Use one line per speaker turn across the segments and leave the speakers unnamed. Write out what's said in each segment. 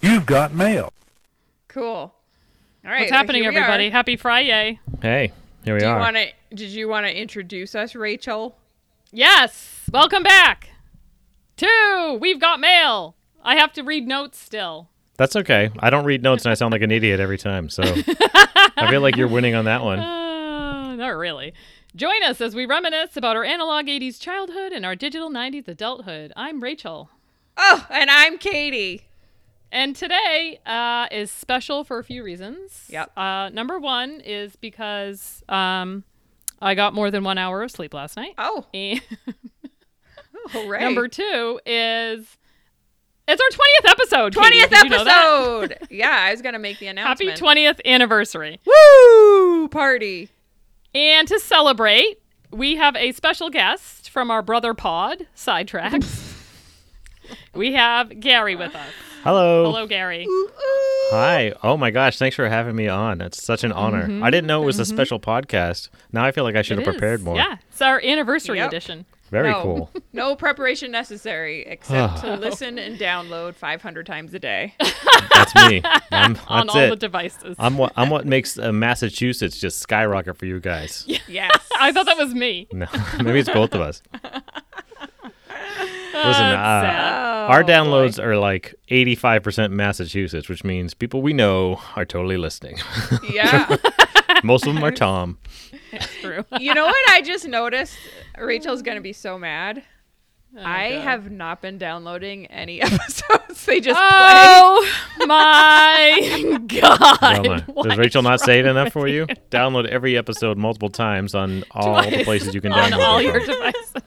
You've got mail.
Cool. All right.
What's happening,
here we are.
everybody? Happy Friday.
Hey, here we
Do you
are.
want to? Did you want to introduce us, Rachel?
Yes. Welcome back. Two. We've got mail. I have to read notes still.
That's okay. I don't read notes and I sound like an idiot every time. So I feel like you're winning on that one.
Uh, not really. Join us as we reminisce about our analog 80s childhood and our digital 90s adulthood. I'm Rachel.
Oh, and I'm Katie.
And today uh, is special for a few reasons.
Yep.
Uh, number one is because um, I got more than one hour of sleep last night.
Oh,
And
hooray!
number two is it's our 20th episode. Katie.
twentieth
Did you know that?
episode. yeah, I was gonna make the
Happy
announcement.
20th anniversary.
Woo! Party.
And to celebrate, we have a special guest from our brother pod, Sidetracks. we have Gary with us.
Hello.
Hello, Gary.
Hi. Oh my gosh. Thanks for having me on. It's such an honor. I didn't know it was a special podcast. Now I feel like I should
Mm-hmm. It
have prepared
is.
more.
Yeah, it's our anniversary
Yep.
edition.
Very
No.
cool.
No preparation necessary except to listen and download 500 times a day.
That's me. I'm, that's
on all
it.
the devices.
I'm what I'm what makes uh, Massachusetts just skyrocket for you guys.
Yes.
I thought that was me.
No, maybe it's both of us. Listen, uh,
Sad.
our downloads are like 85% Massachusetts, which means people we know are totally listening.
yeah.
Most of them are Tom.
That's true.
You know what I just noticed? Rachel's going to be so mad.
Oh,
I have not been downloading any episodes. They just
Oh my
Well,
God.
no.
What
Does
is
Rachel not
wrong
say it enough for you? Download every episode multiple times on all the
Twice.
places you can
on
download
all
it
your
from.
devices?
play.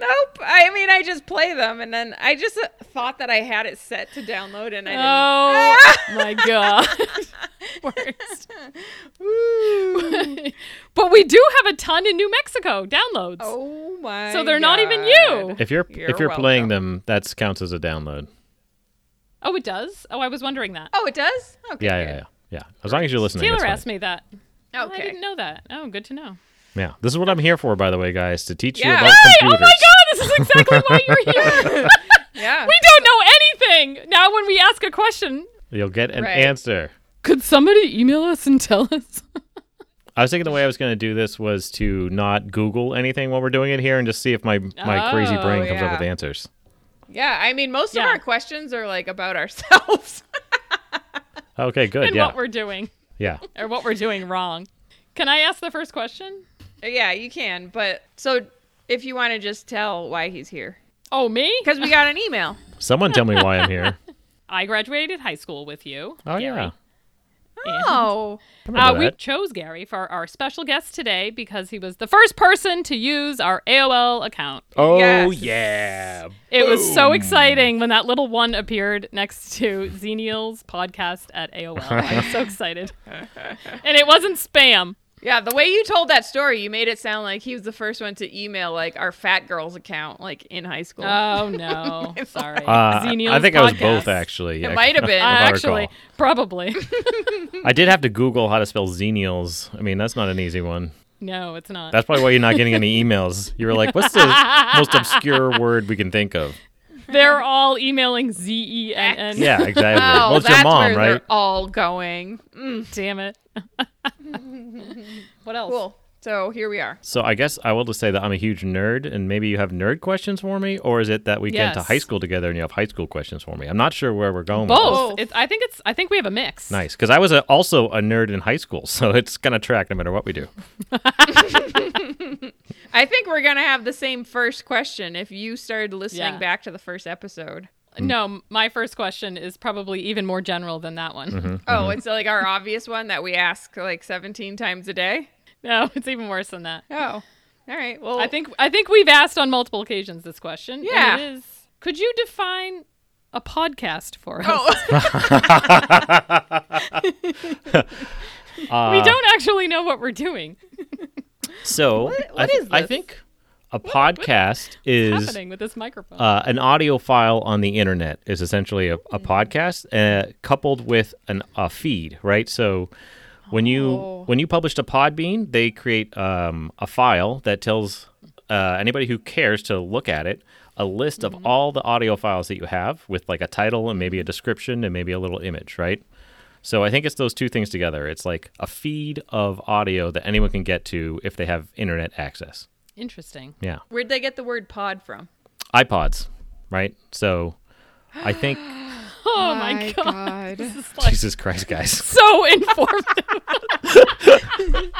Nope. I mean, I just play them and then I just uh, thought that I had it set to download and I
Oh my god. Worst. but we do have a ton in New Mexico downloads.
didn't. Oh my.
so they're not even
God.
you.
If you're,
You're
if you're playing
welcome.
them, that counts as a download.
Oh, it does. Oh, I was wondering that.
Oh, it does? Okay.
Yeah, yeah, yeah. Yeah. As long as you're listening.
Taylor
it's fine.
asked me that.
yeah.
I
Okay.
didn't know that. Oh, good to know.
Yeah. This is what I'm here for, by the way, guys, to teach you
Yeah.
about
Hey, oh my
computers.
god, this is exactly why you're here.
Yeah.
we don't know anything. Now when we ask a question,
You'll get an
Right.
answer.
could somebody email us and tell us?
I was thinking the way I was going to do this was to not Google anything while we're doing it here and just see if my, my crazy
Oh,
brain comes
yeah.
up with answers.
yeah. I mean, most
Yeah.
of our questions are like about ourselves.
Okay, good.
and
yeah.
what we're doing
yeah.
or what we're doing wrong. Can I ask the first question?
yeah, you can. But so if you want to just tell why he's here,
Oh, me?
because we got an email.
Someone tell me why I'm here.
I graduated high school with you.
Oh,
Gary.
yeah.
And-
Oh.
I
Uh,
remember
we
that.
chose Gary for our special guest today because he was the first person to use our AOL account.
oh,
Uh,
Yes.
yeah.
It was so exciting when that little one appeared next to Xenial's podcast at AOL. I was so excited. and it wasn't spam.
Yeah, the way you told that story, you made it sound like he was the first one to email like our fat girls account, like in high school.
Oh, no. Sorry.
Uh,
Xenial's
I think I was both,
podcast.
actually.
it
I-
might have been.
I
I
actually,
recall.
probably.
I did have to Google how to spell xenials. I mean, that's not an easy one.
No, it's not.
That's probably why you're not getting any emails. You were like, what's the most obscure word we can think of?
They're all emailing Z E N N.
Yeah, exactly.
oh,
well, it's
that's
your mom,
where
right?
they're all going. Mm,
Damn it. what else?
cool. So here we are.
So I guess I will just say that I'm a huge nerd, and maybe you have nerd questions for me, or is it that we get to
Yes.
high school together and you have high school questions for me? I'm not sure where we're going. With this.
Both.
Both.
It's, I think it's. I think we have a mix.
Nice, because I was a, also a nerd in high school, so it's gonna track no matter what we do.
I think we're gonna have the same first question if you started listening
Yeah.
back to the first episode.
Mm.
No, my first question is probably even more general than that one.
Mm-hmm.
Oh, it's like our obvious one that we ask like 17 times a day.
No, it's even worse than that.
Oh, all right. Well,
I think I think we've asked on multiple occasions this question. and
Yeah.
it is. Could you define a podcast for us?
Oh,
Uh,
we don't actually know what we're doing.
So I,
what
th-
is
I
this?
think a podcast is
Happening with this microphone.
uh, an audio file on the internet is essentially a, a podcast uh, coupled with an, a feed, right? So when you when you publish a Podbean, they create um, a file that tells uh, anybody who cares to look at it a list of all the audio files that you have with like a title and maybe a description and maybe a little image, right? So I think it's those two things together. It's like a feed of audio that anyone can get to if they have internet access.
Interesting.
Yeah.
Where'd they get the word pod from?
iPods, right? So I think
Oh my, god. This is like
Jesus Christ, guys.
so informative.
I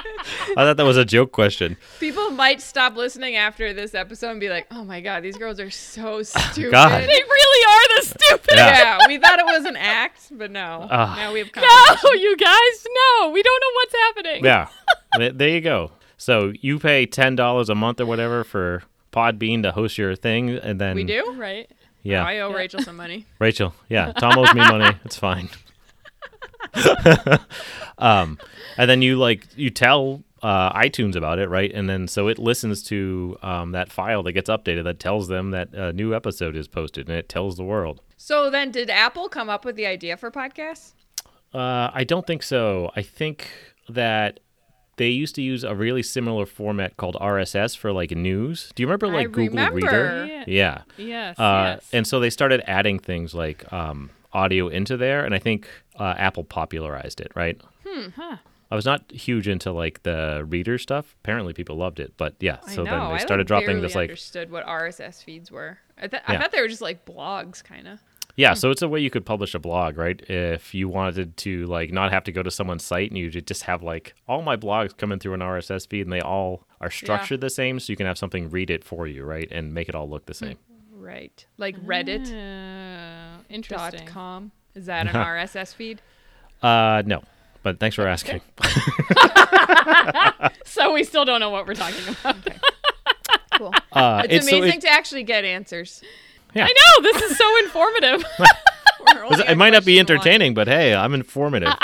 thought that was a joke question.
People might stop listening after this episode and be like, "Oh my god, these girls are so stupid."
God.
they really are the stupid.
Yeah,
Yeah.
we thought it was an act, but no.
Ah.
now we have
No, you guys, no. We don't know what's happening.
Yeah. Th- there you go. So you pay ten dollars a month or whatever for Podbean to host your thing, and then
We do?
Right.
Yeah,
I owe Rachel some money.
Rachel. Yeah, Tom owes me money. It's fine. um, and then you like you tell uh, iTunes about it, right? And then so it listens to um, that file that gets updated that tells them that a new episode is posted, and it tells the world.
So then, did Apple come up with the idea for podcasts?
Uh, I don't think so. I think that they used to use a really similar format called RSS for like news. Do you remember like Google Reader?
remember.
Yeah.
Yeah.
Yes.
Uh,
yes.
And so they started adding things like um, audio into there, and I think uh, Apple popularized it, right?
Hmm,
huh.
I was not huge into like the reader stuff. Apparently, people loved it, but yeah. So
I know.
then
I
they
like,
started dropping
barely
this like
understood what RSS feeds were. I, th- I
Yeah.
thought they were just like blogs, kind of.
Yeah, so it's a way you could publish a blog, right? If you wanted to like not have to go to someone's site and you ju- just have like all my blogs coming through an RSS feed and they all are structured the same so you can have something read it for you, right? And make it all look the same.
Right. Mm, Like Reddit Hmm.
Uh,
dot
interesting.
com. Is that an RSS feed? Hmm.
Uh no. But thanks for asking.
So we still don't know what we're talking about.
Cool.
Uh,
it's,
so
amazing
it-
to actually get answers.
yeah.
I know this is so informative.
We're only
It
on
might not be
question one.
entertaining, but hey, I'm informative.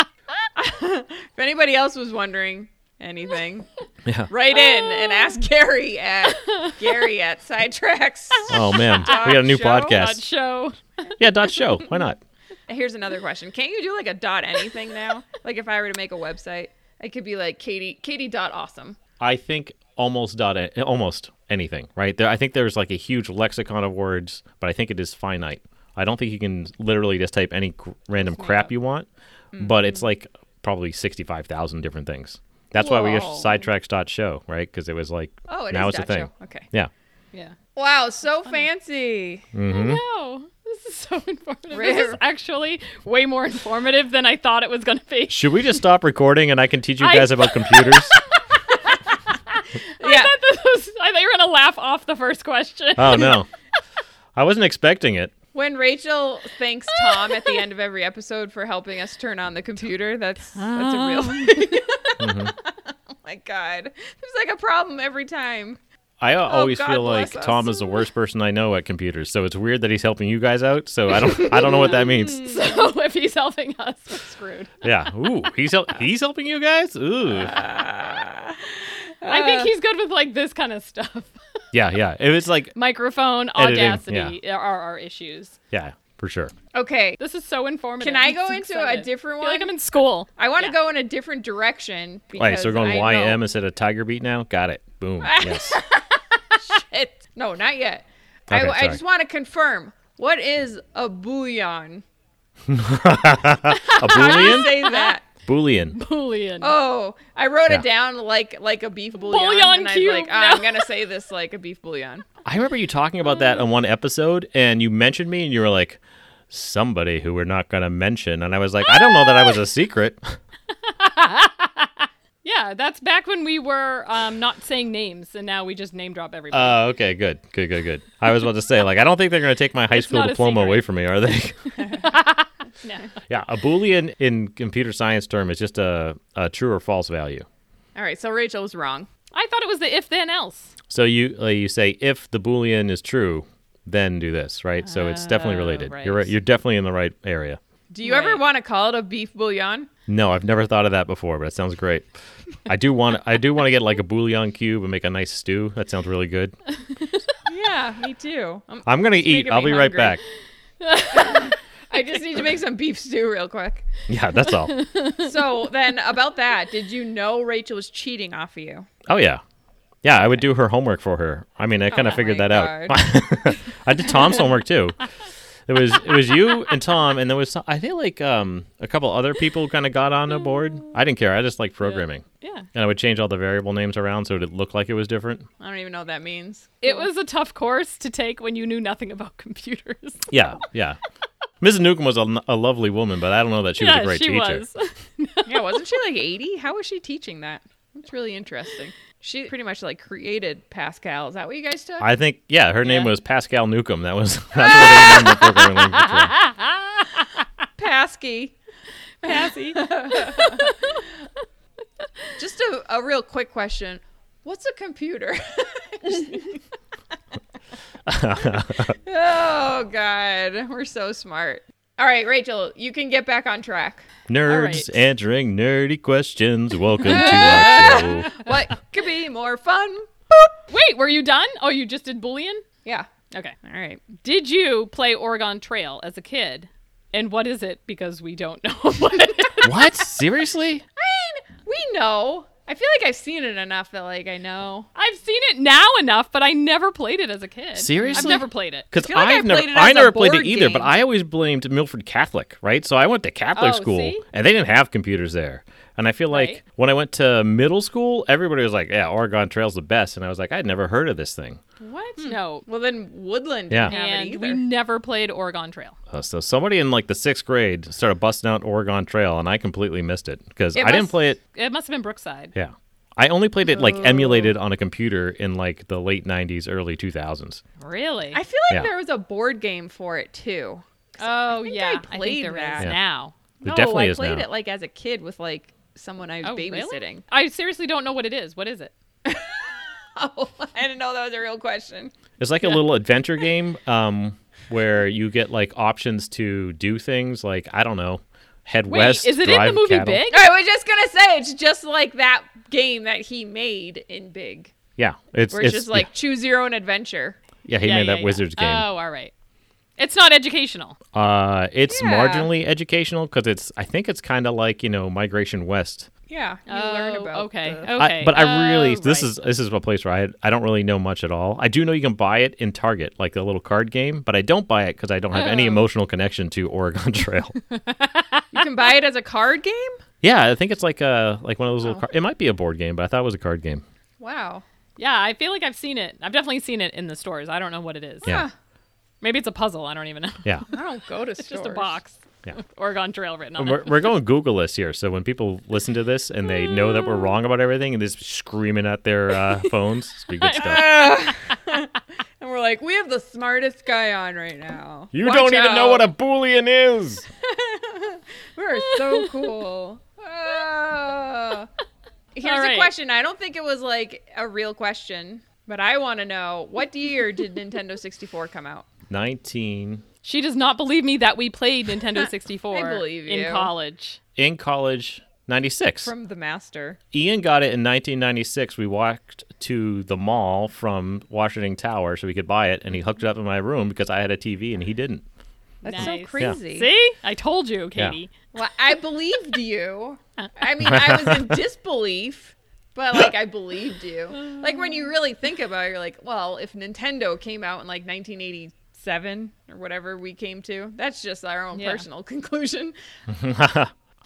If anybody else was wondering anything,
Yeah.
write in and ask Gary at Gary at Sidetracks.
Oh man, we got a new
Show?
Odd
podcast.
show.
Yeah, dot show. Why not?
Here's another question. Can't you do like a dot anything now? like if I were to make a website, it could be like Katie Katie dot awesome.
I think almost dot a- almost anything, right? There, I think there's like a huge lexicon of words, but I think it is finite. I don't think you can literally just type any cr- random crap you want, but
Mm-hmm.
it's like probably sixty-five thousand different things. That's why we
Whoa.
used sidetracks dot show, right? Because it was like
Oh, it is
now it's a
dot
thing.
show. Okay.
Yeah,
Yeah.
Wow, so fancy.
Mm-hmm.
No, this is so informative. This is
Rare.
actually way more informative than I thought it was going to be.
should we just stop recording and I can teach you
I-
guys about computers?
Yeah.
I thought this was- I thought you were going to laugh off the first question.
oh no, I wasn't expecting it.
When Rachel thanks Tom at the end of every episode for helping us turn on the computer, that's that's a real
Tom.
thing.
Mm-hmm.
oh my god. There's like a problem every time.
I uh, always
Oh, God
feel like
bless us.
Tom is the worst person I know at computers, so it's weird that he's helping you guys out. So I don't, I don't know what that means.
So if he's helping us, we're screwed.
Yeah. Ooh, he's hel- he's helping you guys. Ooh.
I think
Uh.
he's good with like this kind of stuff.
Yeah, yeah. It was like
Microphone
Editing,
audacity are our issues.
yeah, for sure.
Okay.
This is so informative.
Can I
I'm
go
so
into
excited.
a different
I feel like
one?
I'm in school.
I want to
Yeah.
go in a different direction because
Wait, so we're going
I
YM
know-
instead of Tiger Beat now. Got it. Boom. Yes.
It- no, not yet.
Okay,
I, I
sorry.
just want to confirm what is a bouillon?
A
How do you
boolean.
say that?
Boolean.
Boolean.
Oh, I wrote
Yeah.
it down like like a beef bouillon,
Bouillon
and
cube,
I was like, "Ah,
no.
I'm gonna say this like a beef bouillon.
I remember you talking about that on one episode, and you mentioned me, and you were like, "Somebody who we're not going to mention," and I was like, "I don't know that I was a secret."
Yeah, that's back when we were um, not saying names, and now we just name drop everybody.
Uh, okay, good, good, good, good. I was about to say, like, I don't think they're going to take my high school
not a
diploma
secret.
away from me, are they?
no.
yeah, a boolean in computer science term is just a, a true or false value.
All right, so Rachel was wrong.
I thought it was the if then else.
So you uh, you say if the boolean is true, then do this, right? So it's definitely
Oh,
related.
right.
You're right. You're definitely in the right area.
Do you ever
Right.
want to call it a beef bouillon?
No, I've never thought of that before, but it sounds great. I do want I do want to get like a bouillon cube and make a nice stew. That sounds really good.
Yeah, me too. i
I'm gonna eat.
making
I'll
me
be right
hungry.
back.
I just need to make some beef stew real quick.
Yeah, that's all.
So then, about that, did you know Rachel was cheating off of you?
Oh yeah, Yeah, I would do her homework for her. I mean, I kind of
my
figured that out. I did Tom's homework too. It was it was you and Tom, and there was some, I feel like um, a couple other people kind of got on the board. I didn't care. I just liked programming,
Yeah.
and I would change all the variable names around so it looked like it was different.
I don't even know what that means.
It was a tough course to take when you knew nothing about computers.
Yeah, yeah. Mrs. Newcomb was a, n- a lovely woman, but I don't know that she was a great
she
teacher.
was.
yeah, wasn't she like 80? How was she teaching that? That's really interesting. She pretty much like created Pascal. Is that what you guys took?
I think yeah, her name
Yeah.
was Pascal Newcomb. That was that's what I remember programming language for.
Pasky.
Cassie.
Just a, a real quick question. What's a computer? oh God, we're so smart. All right, Rachel, you can get back on track.
right.
Nerds answering nerdy questions. Welcome to our show.
What could be more fun?
Wait, were you done? Oh, you just did Boolean?
Yeah.
Okay.
All right.
Did you play Oregon Trail as a kid? And what is it? Because we don't know what it is.
What? Seriously?
We know. I feel like I've seen it enough that like I know.
I've seen it now enough, but I never played it as a kid. I've
Seriously?
never played it.
Because
feel like I
I've never,
played it
I
as a
never played it
board
either. But
game.
I always blamed Milford Catholic, right? So I went to Catholic
Oh,
school,
see?
and they didn't have computers there. And I feel like
Right.
when I went to middle school, everybody was like, "Yeah, Oregon Trail's the best," and I was like, "I'd never heard of this thing."
What? No.
Well then Woodland
Hmm. Yeah.
didn't have it
And we
either.
never played Oregon Trail.
Uh, so somebody in like the sixth grade started busting out Oregon Trail, and I completely missed it because I
It
didn't
must-
play it.
It must have been Brookside.
Yeah, I only played it like
Oh.
emulated on a computer in like the late '90s, early 2000s.
Really?
I feel like
Yeah.
there was was a board game for it too.
oh,
think
yeah.
I
I think
played
there is
that.
Yeah.
now.
There definitely
I
is
played
now.
it like as a kid with like someone I was
Oh, really?
babysitting.
I seriously don't know what it is. What is it?
Oh, I didn't know that was a real question.
It's like a little adventure game um, where you get like options to do things like I don't know, head
Wait,
west.
is it in
drive
the movie
cattle.
Big?
I was just gonna say it's just like that game that he made in Big,
Yeah, it's
where it's,
it's
just like choose your own adventure.
yeah, he
Yeah,
made
yeah, Oh.
that
yeah.
Wizards game.
Oh, all right. It's not educational.
uh, it's
Yeah.
marginally educational because it's I think it's kind of like you know migration west.
Yeah, you
oh,
learn about.
okay.
the-
Okay.
I, but I really
Oh,
this
right.
is this is a place where I I don't really know much at all. I do know you can buy it in Target like a little card game, but I don't buy it because I don't have any
Oh.
emotional connection to Oregon Trail.
you can buy it as a card game.
yeah, I think it's like a like one of those little.
Oh.
Car- it might be a board game, but I thought it was a card game.
Wow.
Yeah, I feel like I've seen it. I've definitely seen it in the stores. I don't know what it is.
Yeah.
Huh.
Maybe it's a puzzle. I don't even know.
Yeah.
I don't go to
It's
stores.
just a box.
Yeah.
with Oregon Trail written on
we're,
it.
we're going Googleless here, so when people listen to this and they know
Mm.
that we're wrong about everything and they're just screaming at their uh, phones, it's pretty good stuff.
Ugh. and we're like, we have the smartest guy on right now.
You
Watch
don't even know
out.
what a boolean is.
We're so cool. Ah. Here's
All right.
a question. I don't think it was like a real question, but I want to know what year did Nintendo 64 come out?
Nineteen
She does not believe me that we played Nintendo 64
I believe you.
in college.
in college. 96.
From the master.
Ian got it in 1996. We walked to the mall from Washington Tower so we could buy it, and he hooked it up in my room because I had a TV and he didn't.
That's
Nice.
so crazy.
See? I told you, Katie.
Well, I believed you. I mean, I was in disbelief, but like I believed you. Like when you really think about it, you're like, well, if Nintendo came out in like 1987 or whatever we came to, that's just our own
Yeah.
personal conclusion.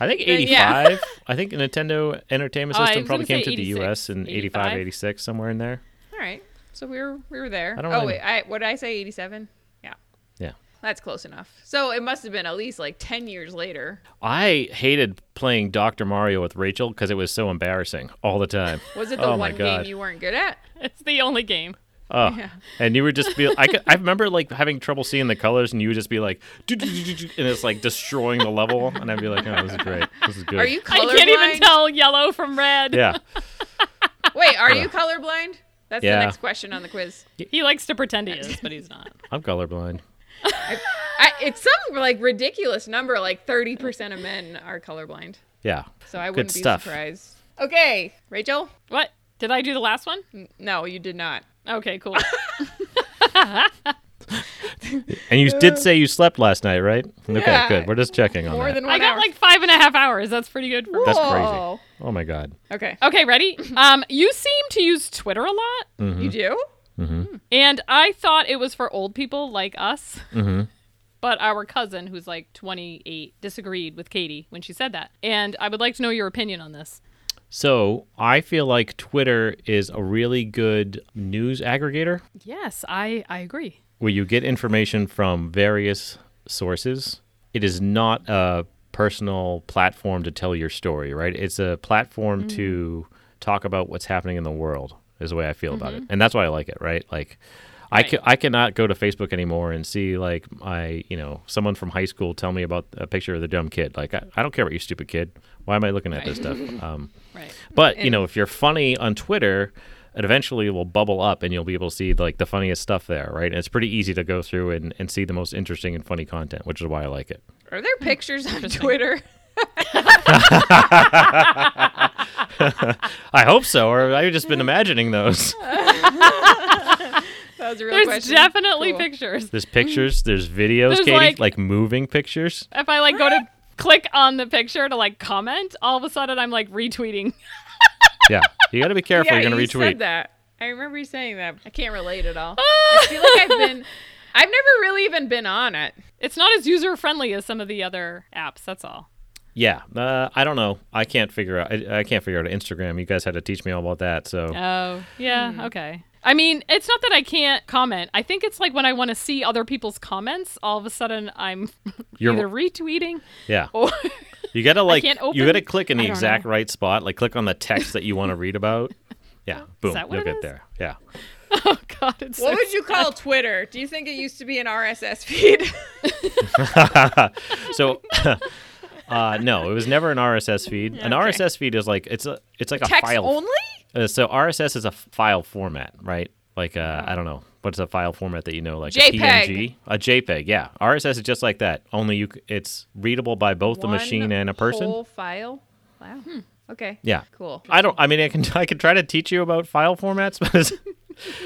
I think
Then,
85.
yeah.
I think Nintendo Entertainment
Uh, Oh, I
System
was
probably
gonna
came to
say
the
86,
U.S. in 85,
85.
86, somewhere in there.
All right. So we were we were there.
I don't
oh
really-
wait, I what did I say? Eighty seven. Yeah,
Yeah.
that's close enough. So it must have been at least like ten years later.
I hated playing Dr. Mario with Rachel because it was so embarrassing all the time.
Was it the
Oh
one
my
game
God.
you weren't good at?
It's the only game.
Oh, and you would just be I, could, I remember like having trouble seeing the colors and you would just be like "Do, do, do, do, do," and it's like destroying the level and I'd be like, "Oh, this is great. This is good."
Are you colorblind?
I can't even tell yellow from red.
Yeah.
Wait, are you colorblind? That's
Yeah.
the next question on the quiz.
He likes to pretend he is, but he's not.
I'm colorblind.
I, it's some like ridiculous number, like thirty percent of men are colorblind.
Yeah.
So I
Good
wouldn't be
stuff.
surprised. Okay, Rachel.
What? Did I do the last one?
N- No, you did not.
Okay, cool.
And you did say you slept last night, right? Okay,
Yeah.
good. We're just checking on
More
that.
than one
I got
hour.
like five and a half hours. That's pretty good for me.
That's crazy.
Whoa.
Oh my god.
Okay.
Okay, ready? Um, you seem to use Twitter a lot,
Mm-hmm.
You do?
and I thought it was for old people like us. But our cousin, who's like 28, disagreed with Katie when she said that. And I would like to know your opinion on this.
So I feel like Twitter is a really good news aggregator
Yes, I, I agree.
where you get information from various sources. It is not a personal platform to tell your story, right? It's a platform to
Mm.
talk about what's happening in the world. Is the way I feel about it, and that's why I like it, right? Like, I
Mm-hmm. Right.
ca- I cannot go to Facebook anymore and see like my you know someone from high school tell me about a picture of the dumb kid. Like, I, I don't care about you, stupid kid. Why am I looking at this stuff? Um,
Right.
but you know, if you're funny on Twitter, it eventually will bubble up, and you'll be able to see like the funniest stuff there, right? And it's pretty easy to go through and, and see the most interesting and funny content, which is why I like it.
Are there pictures on Twitter?
I hope so, or I've just been imagining those.
That was a real
There's
question.
definitely
Cool.
pictures.
There's pictures, there's videos,
There's,
Katie,
like-
like, moving pictures.
If I like go to click on the picture to like comment, all of a sudden I'm like retweeting.
Yeah, you got to be careful.
Yeah,
you're gonna
you
retweet.
said that. I remember you saying that. I can't relate at all. I feel like I've been. I've never really even been on it.
It's not as user friendly as some of the other apps. That's all.
Yeah, uh, I don't know. I can't figure out. I, I can't figure out Instagram. You guys had to teach me all about that. So
Oh, yeah. Okay. I mean, it's not that I can't comment. I think it's like when I want to see other people's comments, all of a sudden I'm
You're-
either retweeting
yeah,
or
you gotta like
can't
you
open-
gotta click in the
I don't
exact right spot. Like click on the text that you want to read about. Yeah, boom,
that what
you'll
it
get
is?
there. Yeah.
oh god, it's
What
so
would you call Twitter? Do you think it used to be an RSS feed?
So, uh, no, it was never an RSS feed. An RSS feed is like it's a it's like a
Text
file.
only?
Uh, so RSS is a f- file format, right? Like uh,
Oh.
I don't know what's a file format that you know, like
JPEG.
a PNG, a JPEG. Yeah, RSS is just like that. Only you, c- it's readable by both the
One
machine and a person.
Whole file. Wow. Okay.
Yeah.
Cool.
I don't. I mean, I can I can try to teach you about file formats, but it's,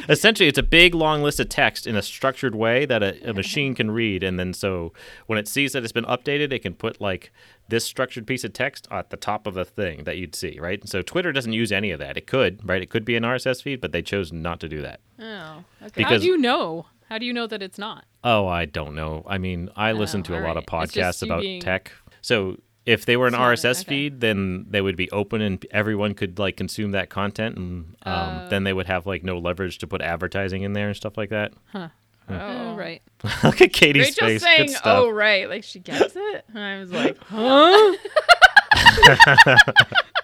essentially, it's a big long list of text in a structured way that a, a machine can read, and then so when it sees that it's been updated, it can put like this structured piece of text at the top of a thing that you'd see, right? So Twitter doesn't use any of that. It could, right? It could be an RSS feed, but they chose not to do that.
Oh. Okay.
Because-
How do you know? How do you know that it's not?
Oh, I don't know. I mean, I
Oh,
listen to a
all
lot of
right. It's just
podcasts
you
about
being-
tech. So if they were an
It's not a-
RSS
okay.
feed, then they would be open and everyone could like consume that content, and um,
Oh.
then they would have like no leverage to put advertising in there and stuff like that.
Oh, right.
Look at Katie's
Rachel's
face.
saying,
Good stuff.
"Oh right," like she gets it. And I was like, "Huh?"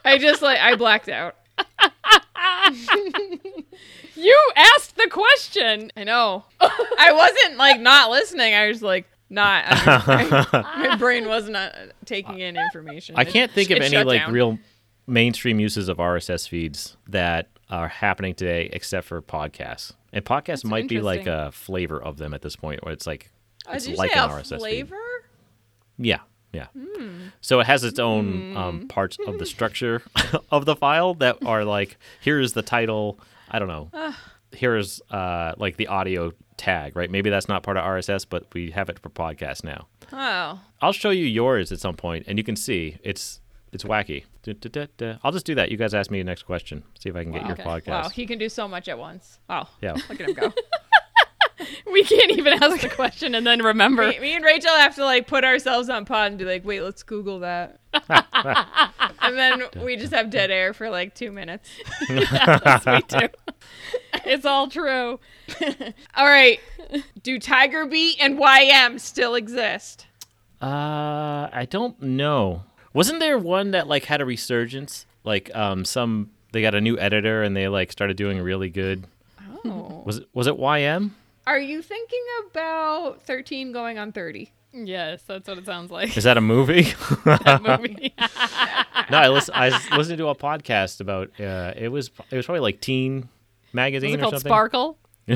I just like I blacked out.
You asked the question.
I know. I wasn't like not listening. I was like not. I- my brain was not taking in information.
I
It-
can't think of
it
any
shut
like
down.
real mainstream uses of RSS feeds that are happening today, except for podcasts. And podcasts might be like
interesting.
a flavor of them at this point, where it's like
Oh,
it's
did you
like
say
an
a
RSS feed.
flavor?
Yeah, yeah.
Mm.
So it has its own um, parts of the structure of the file that are like here is the title. I don't know. Here is uh, like the audio tag, right? Maybe that's not part of RSS, but we have it for podcast now.
Oh,
I'll show you yours at some point, and you can see it's it's wacky. Du-du-du-du. I'll just do that. You guys ask me the next question. See if I can get your
Okay.
podcast.
wow. He can do so much at once. Wow.
Yeah.
Look at him go.
We can't even ask the question and then remember.
me, me and Rachel have to like put ourselves on pause and be like, wait, let's Google that. and then we just have dead air for like two minutes.
yes, we do. it's all true.
All right. Do Tiger Beat and YM still exist?
Uh, I don't know. Wasn't there one that like had a resurgence? Like um, some they got a new editor and they like started doing really good.
Oh.
Was it was it YM?
Are you thinking about 13 going on 30?
Yes, that's what it sounds like.
Is that a movie?
that movie.
no, I listen. I s- listened to a podcast about. Uh, it was it was probably like Teen
Is
magazine
it
or
called
something.
Sparkle?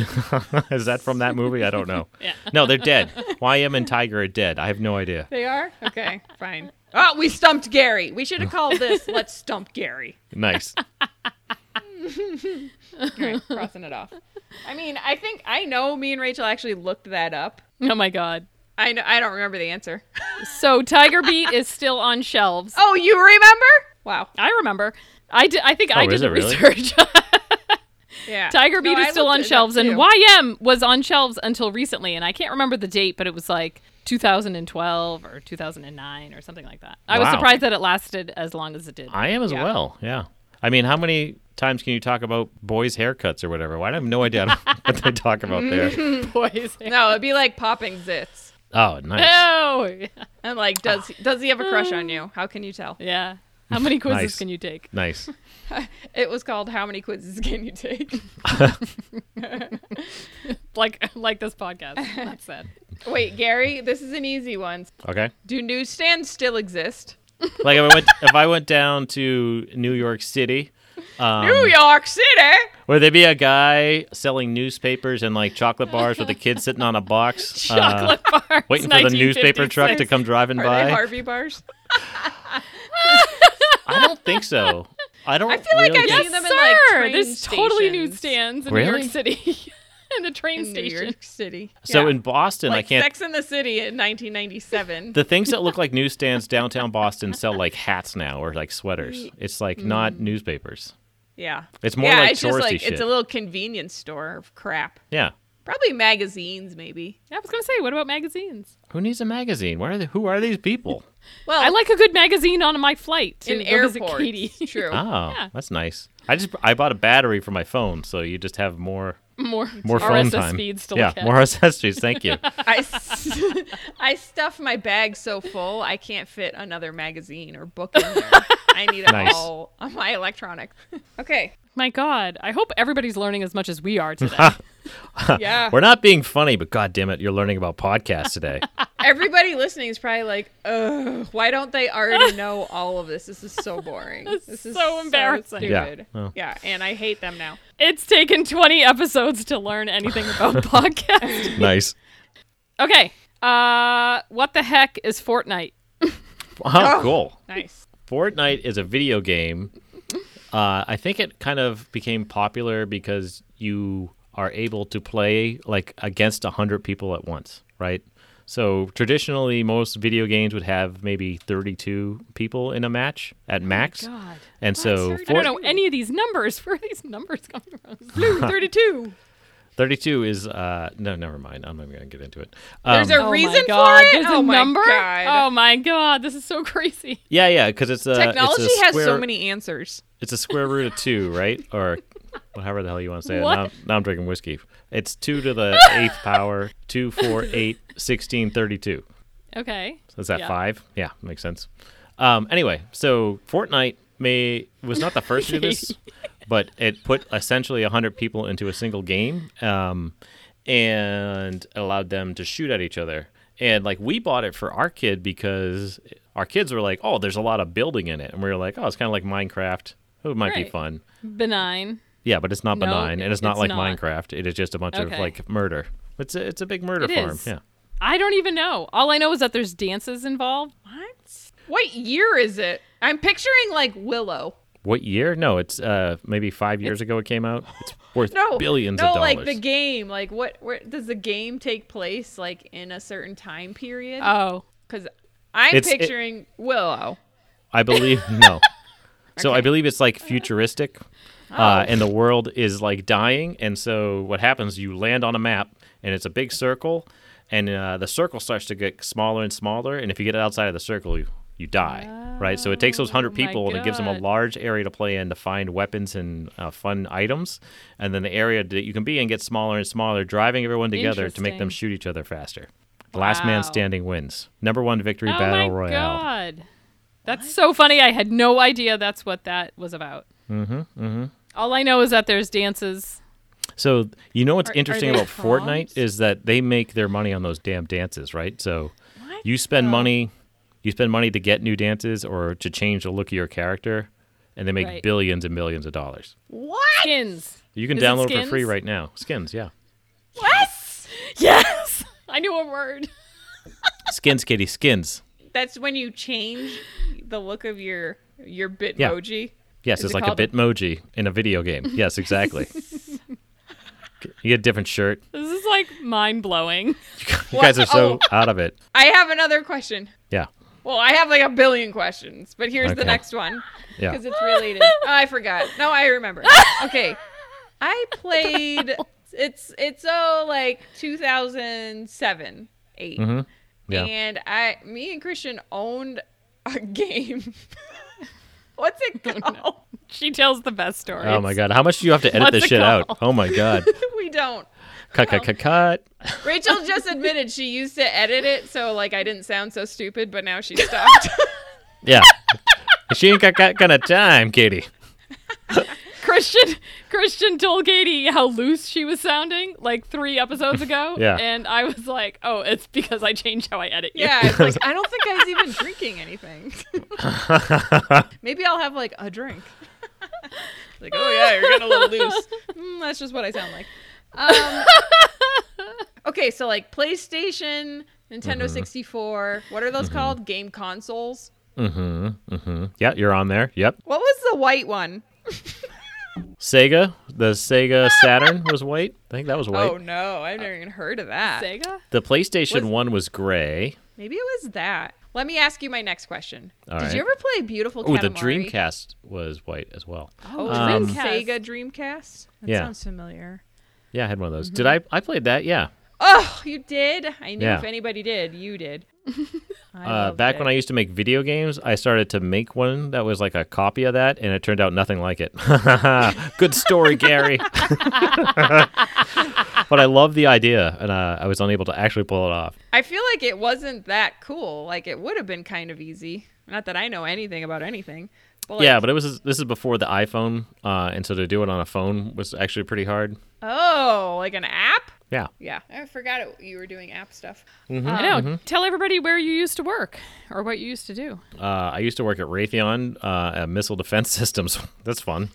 Is that from that movie? I don't know.
Yeah.
No, they're dead. YM and Tiger are dead. I have no idea.
They are? Okay, fine. Oh, we stumped Gary. We should have called this Let's Stump Gary.
Nice.
All right, crossing it off. I mean, I think I know me and Rachel actually looked that up.
Oh my god.
I know, I don't remember the answer.
So Tiger Beat is still on shelves.
Oh, you remember? Wow.
I remember. I did. I think I
Oh,
did
is
the
it really?
research.
Yeah.
Tiger Beat
No,
is
I
still
looked
on
it up,
shelves, and
too.
YM was on shelves until recently, and I can't remember the date, but it was like 2012 or 2009 or something like that. I was
Wow.
surprised that it lasted as long as it did.
I am as
Yeah.
well. Yeah. I mean, how many times can you talk about boys' haircuts or whatever? Well, I have no idea what they talk about there.
Boys. No.
No, it'd be like popping zits.
Oh, nice.
Oh,
And like, does does he have a crush on you? How can you tell?
yeah. How many quizzes
Nice.
can you take?
Nice.
It was called "How many quizzes can you take?"
Like like this podcast. That's sad.
Wait, Gary, this is an easy one.
Okay.
Do newsstands still exist?
Like if I went, if I went down to New York City, um,
New York City.
Would there be a guy selling newspapers and like chocolate bars with a kid sitting on a box, uh,
Chocolate bars.
waiting for the newspaper truck to
1956.
come driving
Are they
by?
Harvey bars?
I don't think so. I don't. I
feel like
really
I
think-
see
Yes,
them in, like,
sir.
train
There's totally
stations.
newsstands in New
Really?
York City and the train
In New
station.
York City.
So
Yeah.
in Boston,
like
I can't.
Sex in the City in 1997.
The things that look like newsstands downtown Boston sell like hats now or like sweaters. It's like
mm.
not newspapers.
yeah.
It's more
yeah,
like
it's just
touristy
like
shit.
it's a little convenience store of crap.
yeah.
Probably magazines, maybe.
I was gonna say, what about magazines?
Who needs a magazine? Where are they, who are these people?
Well,
I like a good magazine on my flight to
Oh. in
go visit
airports.
Katie.
True.
Oh,
Yeah.
that's nice. I just I bought a battery for my phone, so you just have more
more
more phone
RSS
time.
feeds to
yeah,
look at.
more RSS feeds. Thank you.
I, s- I stuff my bag so full I can't fit another magazine or book in there. I need it
Nice.
all on my electronics. Okay.
My God, I hope everybody's learning as much as we are today.
Yeah.
We're not being funny, but god damn it, you're learning about podcasts today.
Everybody listening is probably like, ugh, why don't they already know all of this? This is so boring. This is
so embarrassing.
Yeah.
stupid. Yeah.
Oh.
and I hate them now.
it's taken 20 episodes to learn anything about podcasts.
nice.
Okay, uh, what the heck is Fortnite?
Wow,
Oh.
cool.
Nice.
Fortnite is a video game. Uh, I think it kind of became popular because you are able to play like against 100 people at once, right? So traditionally, most video games would have maybe 32 people in a match at max.
Oh God.
And so
I don't
Fort-
know any of these numbers. Where are these numbers coming from?
Blue 32.
32 is, uh, no, never mind. I'm not even going to get into it.
There's
Um,
a reason
Oh my God,
for it?
There's
oh
a
my
number?
God.
Oh my God, this is so crazy.
yeah, yeah, because Uh, it's a
Technology
it's a
has so
square-
many answers.
It's a square root of two, right? Or whatever the hell you want to say. it.
What?
Now, now I'm drinking whiskey. It's two to the eighth power, two, four, eight, 16, 32.
Okay.
So is that
Yeah.
five? Yeah, makes sense. Um, anyway, so Fortnite may was not the first to do this, but it put essentially 100 people into a single game um, and allowed them to shoot at each other. And like we bought it for our kid because our kids were like, oh, there's a lot of building in it. And we were like, oh, it's kind of like Minecraft. It might be
Right.
fun.
Benign.
Yeah, but it's not
No,
benign, and it's not
it's
like
not.
Minecraft. It is just a bunch of
Okay.
like murder. It's a, it's a big murder
It
farm.
is.
Yeah,
I don't even know. All I know is that there's dances involved.
What? What year is it? I'm picturing like Willow.
what year? No, it's uh maybe five years ago it came out. It's worth
No,
billions
no,
of dollars.
like the game. Like what? Where does the game take place? Like in a certain time period?
Oh.
Because I'm
It's- it-
picturing Willow.
I believe no. So I believe it's like futuristic,
Oh.
uh, and the world is like dying. And so what happens? You land on a map, and it's a big circle, and uh, the circle starts to get smaller and smaller. And if you get outside of the circle, you, you die, right? So it takes those
Oh
hundred
my
people and it gives them a
God.
large area to play in to find weapons and uh, fun items, and then the area that you can be in gets smaller and smaller, driving everyone together to make them
Interesting.
shoot each other faster. The last
Wow.
man standing wins. Number one victory
oh
battle
my
royale.
God. That's so funny. I had no idea that's what that was about. Mm-hmm. Mm-hmm. All I know is that there's dances.
So you know what's
Are- are
interesting
they
about
proms?
Fortnite is that they make their money on those damn dances, right? So
What?
you spend money, you spend money to get new dances or to change the look of your character, and they make
Right.
billions and billions of dollars.
What?
Skins.
You can
Is it
download for free
skins?
right now. Skins, yeah.
What?
Yes. I knew a word.
Skins, Kitty, skins.
That's when you change the look of your your
Yeah.
Bitmoji.
Yes,
Is
it's
it
like a
called a-
Bitmoji in a video game. Yes, exactly. you get a different shirt.
This is like mind blowing.
You guys are so out of it.
I have another question.
Yeah.
Well, I have like a billion questions, but here's the
Okay.
next one
Yeah.
because it's related. oh, I forgot. No, I remember. Okay, I played. It's it's oh like 2007, 8
Mhm. Yeah.
and I, me and Christian owned a game. What's it called?
She tells the best stories.
Oh my god. How much do you have to edit
What's
this
it
shit out?
called?
Oh my god.
We don't.
Cut cut cut cut.
Rachel just admitted she used to edit it, so like I didn't sound so stupid, but now she stopped.
Yeah. she ain't got, got kind of time, Katie.
Christian Christian told Katie how loose she was sounding like three episodes ago.
Yeah.
And I was like, oh, it's because I changed how I edit you.
yeah, I was like, I don't think I was even drinking anything. Maybe I'll have like a drink. like, oh yeah, you're getting a little loose. Mm, that's just what I sound like. Um, okay, so like PlayStation, Nintendo 64. What are those called? Game consoles.
Mm-hmm. Mm-hmm. Yeah, you're on there. Yep.
What was the white one?
Sega. The Sega Saturn was white. I think that was white.
Oh no, I've never even heard of that.
Sega?
The PlayStation
Was-
One was gray.
Maybe it was that. Let me ask you my next question.
All
Did
right.
you ever play Beautiful
Oh, the
Katamari?
Dreamcast was white as well.
Oh,
Um,
Dreamcast. Sega Dreamcast? That
Yeah.
sounds familiar.
Yeah, I had one of those. Did
Mm-hmm.
I? I played that. Yeah.
Oh, you did? I knew
Yeah.
if anybody did, you did. I
Uh,
loved
back
it.
when I used to make video games, I started to make one that was like a copy of that, and it turned out nothing like it. Good story, Gary. but I love the idea, and uh, I was unable to actually pull it off.
I feel like it wasn't that cool. Like it would have been kind of easy. Not that I know anything about anything. But like,
yeah, but it was this is before the iPhone, uh, and so to do it on a phone was actually pretty hard.
oh, like an app?
Yeah.
Yeah, I forgot it, you were doing app stuff.
Mm-hmm,
I know. Tell everybody where you used to work or what you used to do.
Uh, I used to work at Raytheon uh, at Missile Defense Systems. That's fun.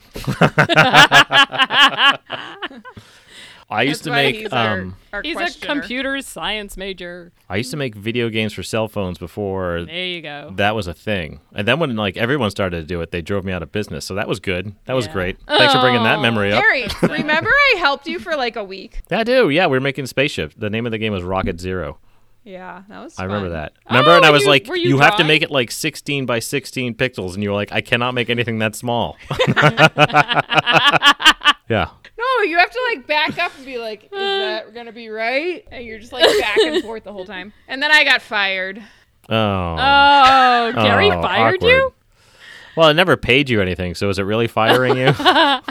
I used
That's
to
why
make
he's our-
um,
our
He's a
questioner.
computer science major.
I used to make video games for cell phones before
There you go.
that was a thing. And then when like everyone started to do it, they drove me out of business. So that was good. That was
Yeah.
great. Thanks for bringing that
Oh.
memory up.
Gary, remember I helped you for like a week?
I do. Yeah, we were making spaceship. The name of the game was Rocket Zero.
Yeah, that was
I remember
fun.
that. Remember, and I
were
was
Oh, you-
like,
were
you,
you
have to
drawing?"
make it like 16 by 16 pixels, and you were like, I cannot make anything that small. yeah.
No, you have to like back up and be like, is that gonna be right? And you're just like back and forth the whole time. And then I got fired.
Oh.
Oh, Gary
Oh,
fired
awkward.
you?
Well, it never paid you anything, so is it really firing you?
No,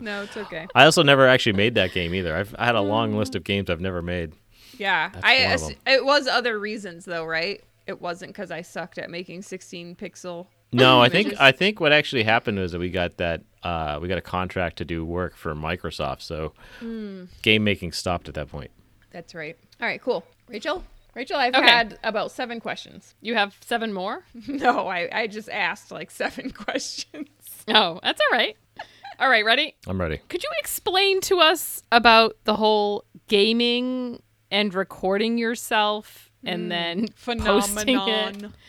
no, it's okay.
I also never actually made that game either. I've I had a
Mm.
long list of games I've never made.
Yeah, I
one of
ass-
them.
it was other reasons though, right? It wasn't because I sucked at making 16 pixel.
No, I think
images.
I think what actually happened was that we got that uh, we got a contract to do work for Microsoft, so
Hmm.
game making stopped at that point.
That's right. All right, cool. Rachel, Rachel, I've
Okay.
had about seven questions.
You have seven more?
No, I I just asked like seven questions.
Oh, that's all right. All right, ready?
I'm ready.
Could you explain to us about the whole gaming and recording yourself and then posting it?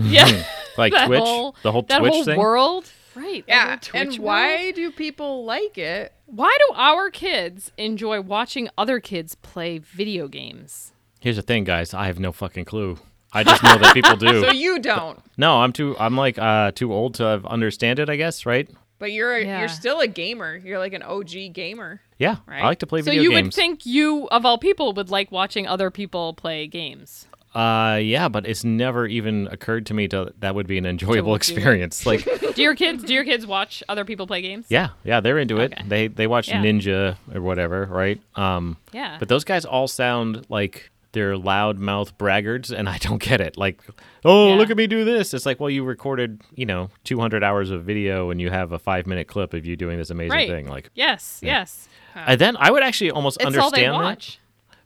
Yeah.
Like
That
Twitch, the whole
that
Twitch
whole
thing.
world. Right. the whole
Yeah,
Twitch
and
world.
why do people like it?
Why do our kids enjoy watching other kids play video games?
Here's the thing, guys. I have no fucking clue. I just know that people do.
So you don't,
no, I'm too. I'm like uh, too old to have- understand it. I guess, right?
but you're
Yeah.
you're still a gamer. You're like an OG gamer.
Yeah,
Right.
I like to play
So
video
you
games.
would think you of all people would like watching other people play games.
uh, yeah, but it's never even occurred to me to that would be an enjoyable
do it.
experience. Like,
Do your kids do your kids watch other people play games?
yeah, yeah, they're into it.
Okay.
They they watch
Yeah.
Ninja or whatever, right? Um,
Yeah.
But those guys all sound like they're loudmouth braggarts, and I don't get it. Like, oh,
Yeah.
look at me do this. It's like, well, you recorded, you know, 200 hours of video, and you have a five minute clip of you doing this amazing
Right.
thing. Like,
yes, yes.
and then I would actually almost
It's all
understand
they
that.
watch.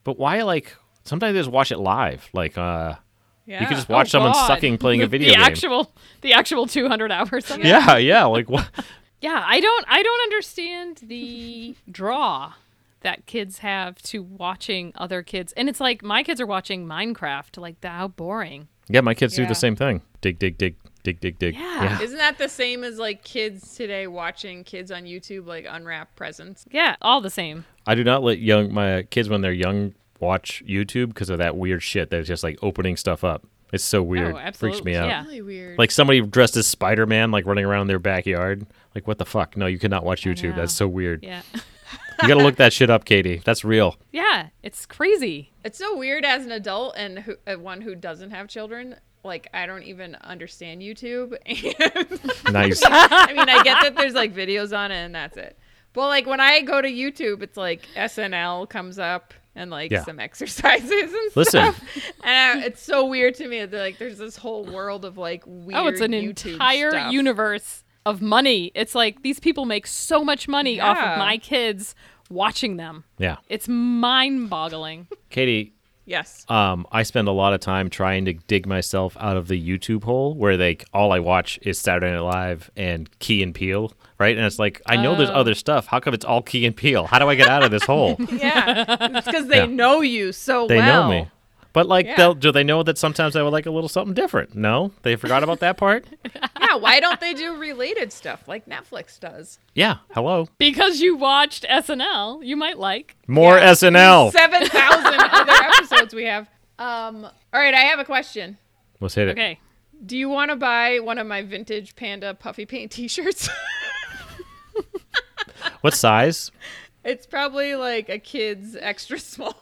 But why, like, sometimes they just watch it live. Like, uh,
Yeah.
you could just watch someone
Oh, God.
sucking playing a video
the
game.
actual the actual 200 hours. of it.
yeah, yeah. Like, what?
Yeah, I don't I don't understand the draw that kids have to watching other kids. And it's like my kids are watching Minecraft, like the, how boring.
Yeah, my kids do
Yeah.
the same thing. Dig, dig, dig, dig, dig, dig.
Yeah.
Isn't that the same as like kids today watching kids on YouTube like unwrap presents?
Yeah, all the same.
I do not let young my kids when they're young watch YouTube because of that weird shit that's just like opening stuff up. It's so weird. Freaks
Oh, absolutely,
me out.
yeah.
Really weird.
Like somebody dressed as Spider Man, like running around their backyard. Like what the fuck? No, you could not watch YouTube.
know.
That's so weird.
Yeah.
You gotta look that shit up, Katie. That's real.
Yeah. It's crazy.
it's so weird as an adult and who, uh, one who doesn't have children. Like I don't even understand YouTube. And
Nice.
I mean, I get that there's like videos on it and that's it. But like when I go to YouTube, it's like SNL comes up and like
Yeah.
some exercises and
Listen.
stuff. And I, it's so weird to me that like there's this whole world of like weird.
oh, it's an
YouTube
entire
stuff.
universe of money. It's like these people make so much money off
Yeah.
of my kids watching them.
yeah.
It's mind boggling.
Katie,
Yes.
um, I spend a lot of time trying to dig myself out of the YouTube hole where they all I watch is Saturday Night Live and Key and Peele, right? And it's like I know there's
Oh.
other stuff. How come it's all Key and Peele? How do I get out of this hole?
Yeah. It's because they
Yeah.
know you so
They
well.
know me. But like,
Yeah.
they'll, do they know that sometimes I would like a little something different? No, they forgot about that part.
Yeah. Why don't they do related stuff like Netflix does?
Yeah, hello.
because you watched SNL, you might like.
More
Yeah.
SNL.
Seven thousand other episodes we have. Um. All right. I have a question.
Let's hit it.
Okay.
Do you want to buy one of my vintage panda puffy paint T-shirts?
What size?
it's probably like a kid's extra small.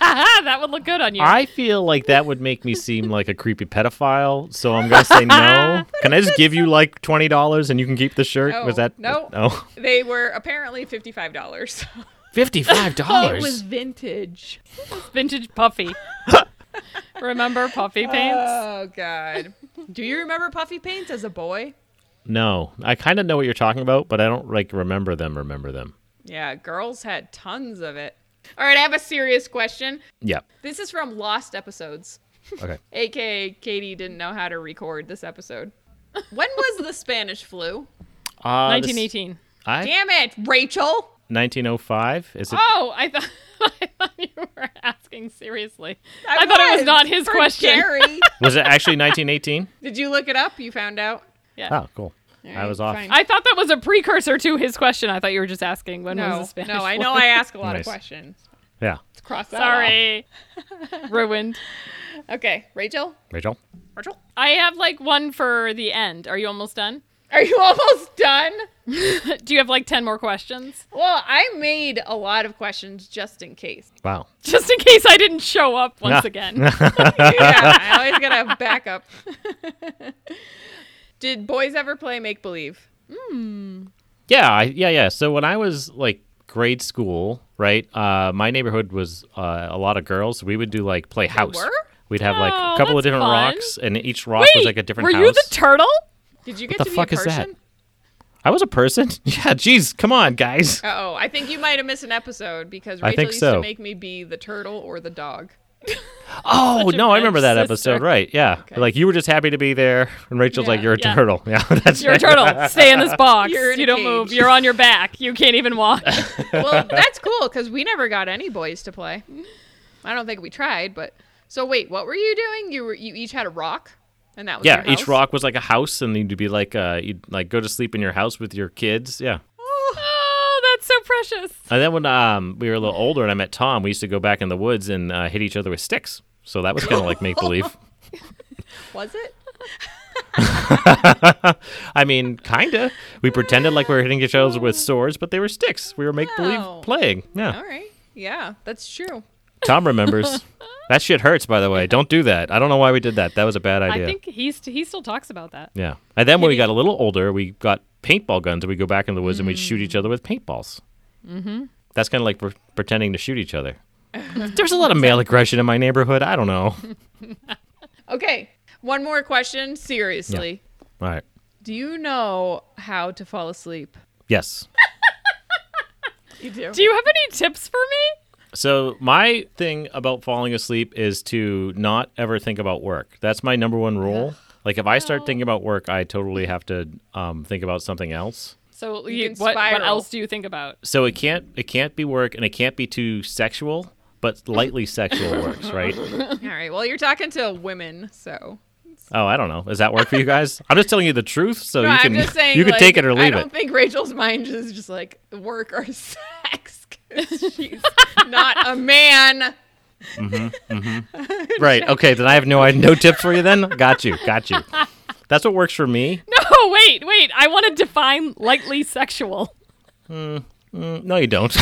Ah, that would look good on you.
I feel like that would make me seem like a creepy pedophile, so I'm gonna say no. Can I just give you like twenty dollars and you can keep the shirt?
No,
Was that
no.
No,
they were apparently fifty-five dollars.
fifty-five
Oh, it
dollars.
was vintage.
Vintage Puffy. Remember Puffy
Uh,
Paints?
Oh God. Do you remember puffy paints as a boy?
No, I kind of know what you're talking about, but I don't like remember them. Remember them?
Yeah, girls had tons of it. All right, I have a serious question.
Yeah.
This is from Lost episodes.
Okay.
AKA Katie didn't know how to record this episode. When was the Spanish flu?
Uh,
1918.
I,
Damn it, Rachel.
1905. Is it?
Oh, I thought I thought you were asking seriously. I, thought it was not his
for
question.
Gary.
Was it actually 1918?
Did you look it up? You found out?
Yeah.
Oh, cool. I was off.
fine.
I thought that was a precursor to his question. I thought you were just asking when was
No,
the Spanish
no. I
flu?
know I ask a lot
Nice.
of questions.
Yeah.
Let's cross that
Sorry. Ruined.
off. Okay, Rachel.
Rachel.
Rachel,
I have like one for the end. Are you almost done?
are you almost done?
Do you have like 10 more questions?
Well, I made a lot of questions just in case.
Wow.
Just in case I didn't show up once
Ah.
again.
yeah, I always gotta back up. Did boys ever play make believe?
Yeah, I, yeah, yeah. So when I was like grade school, right? Uh, my neighborhood was uh, a lot of girls. We would do like play house.
were?
We'd have like
Oh,
a couple of
that's
different
fun.
rocks, and each rock was like a different
were
house.
you the turtle?
Did you get
the
to be
fuck
a
is that?
person?
I was a person. Yeah, jeez, come on, guys.
Uh oh, I think you might have missed an episode because
I
Rachel
think
used
so.
to make me be the turtle or the dog.
Oh
a
no, I
bad
remember that
sister.
episode. Right? Yeah. Like you were just happy to be there, and Rachel's like,
Yeah.
"You're a
Yeah.
turtle." Yeah, that's
You're a
right.
turtle. Stay in this box.
You're in a
you don't
cage.
move. You're on your back. You can't even walk.
well, that's cool because we never got any boys to play. I don't think we tried, but so wait, what were you doing? You were you each had a rock, and that was
Yeah,
your
each
house?
rock was like a house, and you'd be like, uh, you'd like go to sleep in your house with your kids. Yeah.
oh, that's so precious.
And then when um, we were a little older and I met Tom, we used to go back in the woods and uh, hit each other with sticks. So that was kind of like make believe.
was it?
I mean, kinda. We pretended like we were hitting each other with swords, but they were sticks. We were make believe
Wow.
playing.
All
Yeah.
right, yeah, that's true.
Tom remembers. That shit hurts, by the way. Don't do that. I don't know why we did that. That was a bad idea.
I think he's, he still talks about that.
yeah. And then when we got a little older, we got paintball guns and we go back in the woods and we'd shoot each other with paintballs. Mm-hmm. That's kind of like pre- pretending to shoot each other. There's a lot of male aggression in my neighborhood. I don't know.
Okay, one more question. Seriously,
All right.
do you know how to fall asleep?
Yes.
You do.
Do you have any tips for me?
So my thing about falling asleep is to not ever think about work. That's my number one rule. Like if I start thinking about work, I totally have to um, think about something else.
So
You
you,
can
what, what
spiral.
else do you think about?
So it can't it can't be work and it can't be too sexual, but lightly sexual works, right?
All right. Well, you're talking to women, so
Oh, I don't know. Does that work for you guys? I'm just telling you the truth, so
No,
you can
I'm just saying
you can
like,
take it or leave
I
it.
don't think Rachel's mind is just like work or sex. 'cause She's not a man.
Right. Okay. Then I have no I no tips for you. Then got you. Got you. That's what works for me.
No, wait, wait. I want to define lightly sexual.
Mm, No, you don't.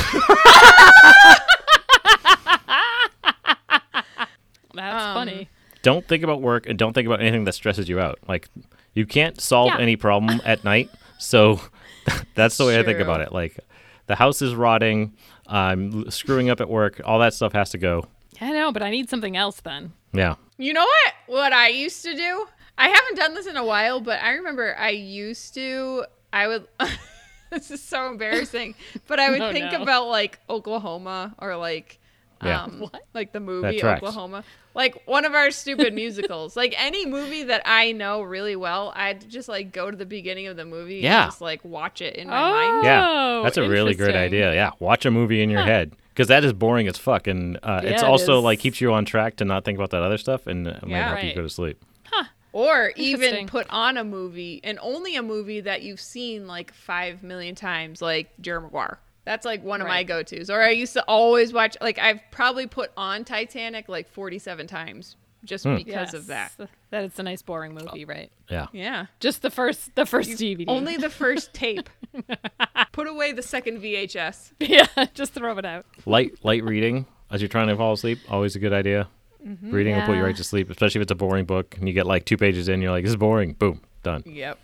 That's funny.
don't think about work and don't think about anything that stresses you out. Like you can't solve
Yeah.
any problem at night. So that's the way I think
True.
about it. Like the house is rotting. I'm l- screwing up at work. All that stuff has to go.
I know, but I need something else then.
Yeah.
You know what? What I used to do? I haven't done this in a while, but I remember I used to. I would. this is so embarrassing, but I would
Oh,
think
no.
about like Oklahoma or like.
Yeah.
Um, like the movie
tracks.
Oklahoma, like one of our stupid musicals, like any movie that I know really well, I'd just like go to the beginning of the movie
Yeah.
and just like watch it in my mind.
Yeah.
Oh,
That's a really great
interesting.
idea. Yeah. Watch a movie in your head. 'Cause head because that is boring as fuck, and uh, it's
Yeah, it
also
is.
like keeps you on track to not think about that other stuff, and it might
Yeah.
help you
Right.
go to sleep.
Or
Interesting.
even put on a movie and only a movie that you've seen like five million times, like Jerry Maguire. That's like one of my
Right.
go tos. Or I used to always watch, like, I've probably put on Titanic like 47 times just
Hmm.
because of that.
Yes. Oh. That it's a nice boring movie, right?
Yeah.
Yeah.
Just the first the first DVD.
Only the first tape. put away the second VHS.
yeah, just throw it out.
light light reading as you're trying to fall asleep always a good idea reading will put you
Mm-hmm. Yeah.
right to sleep especially if it's a boring book and you get like two pages in you're like this is boring boom done
Yep.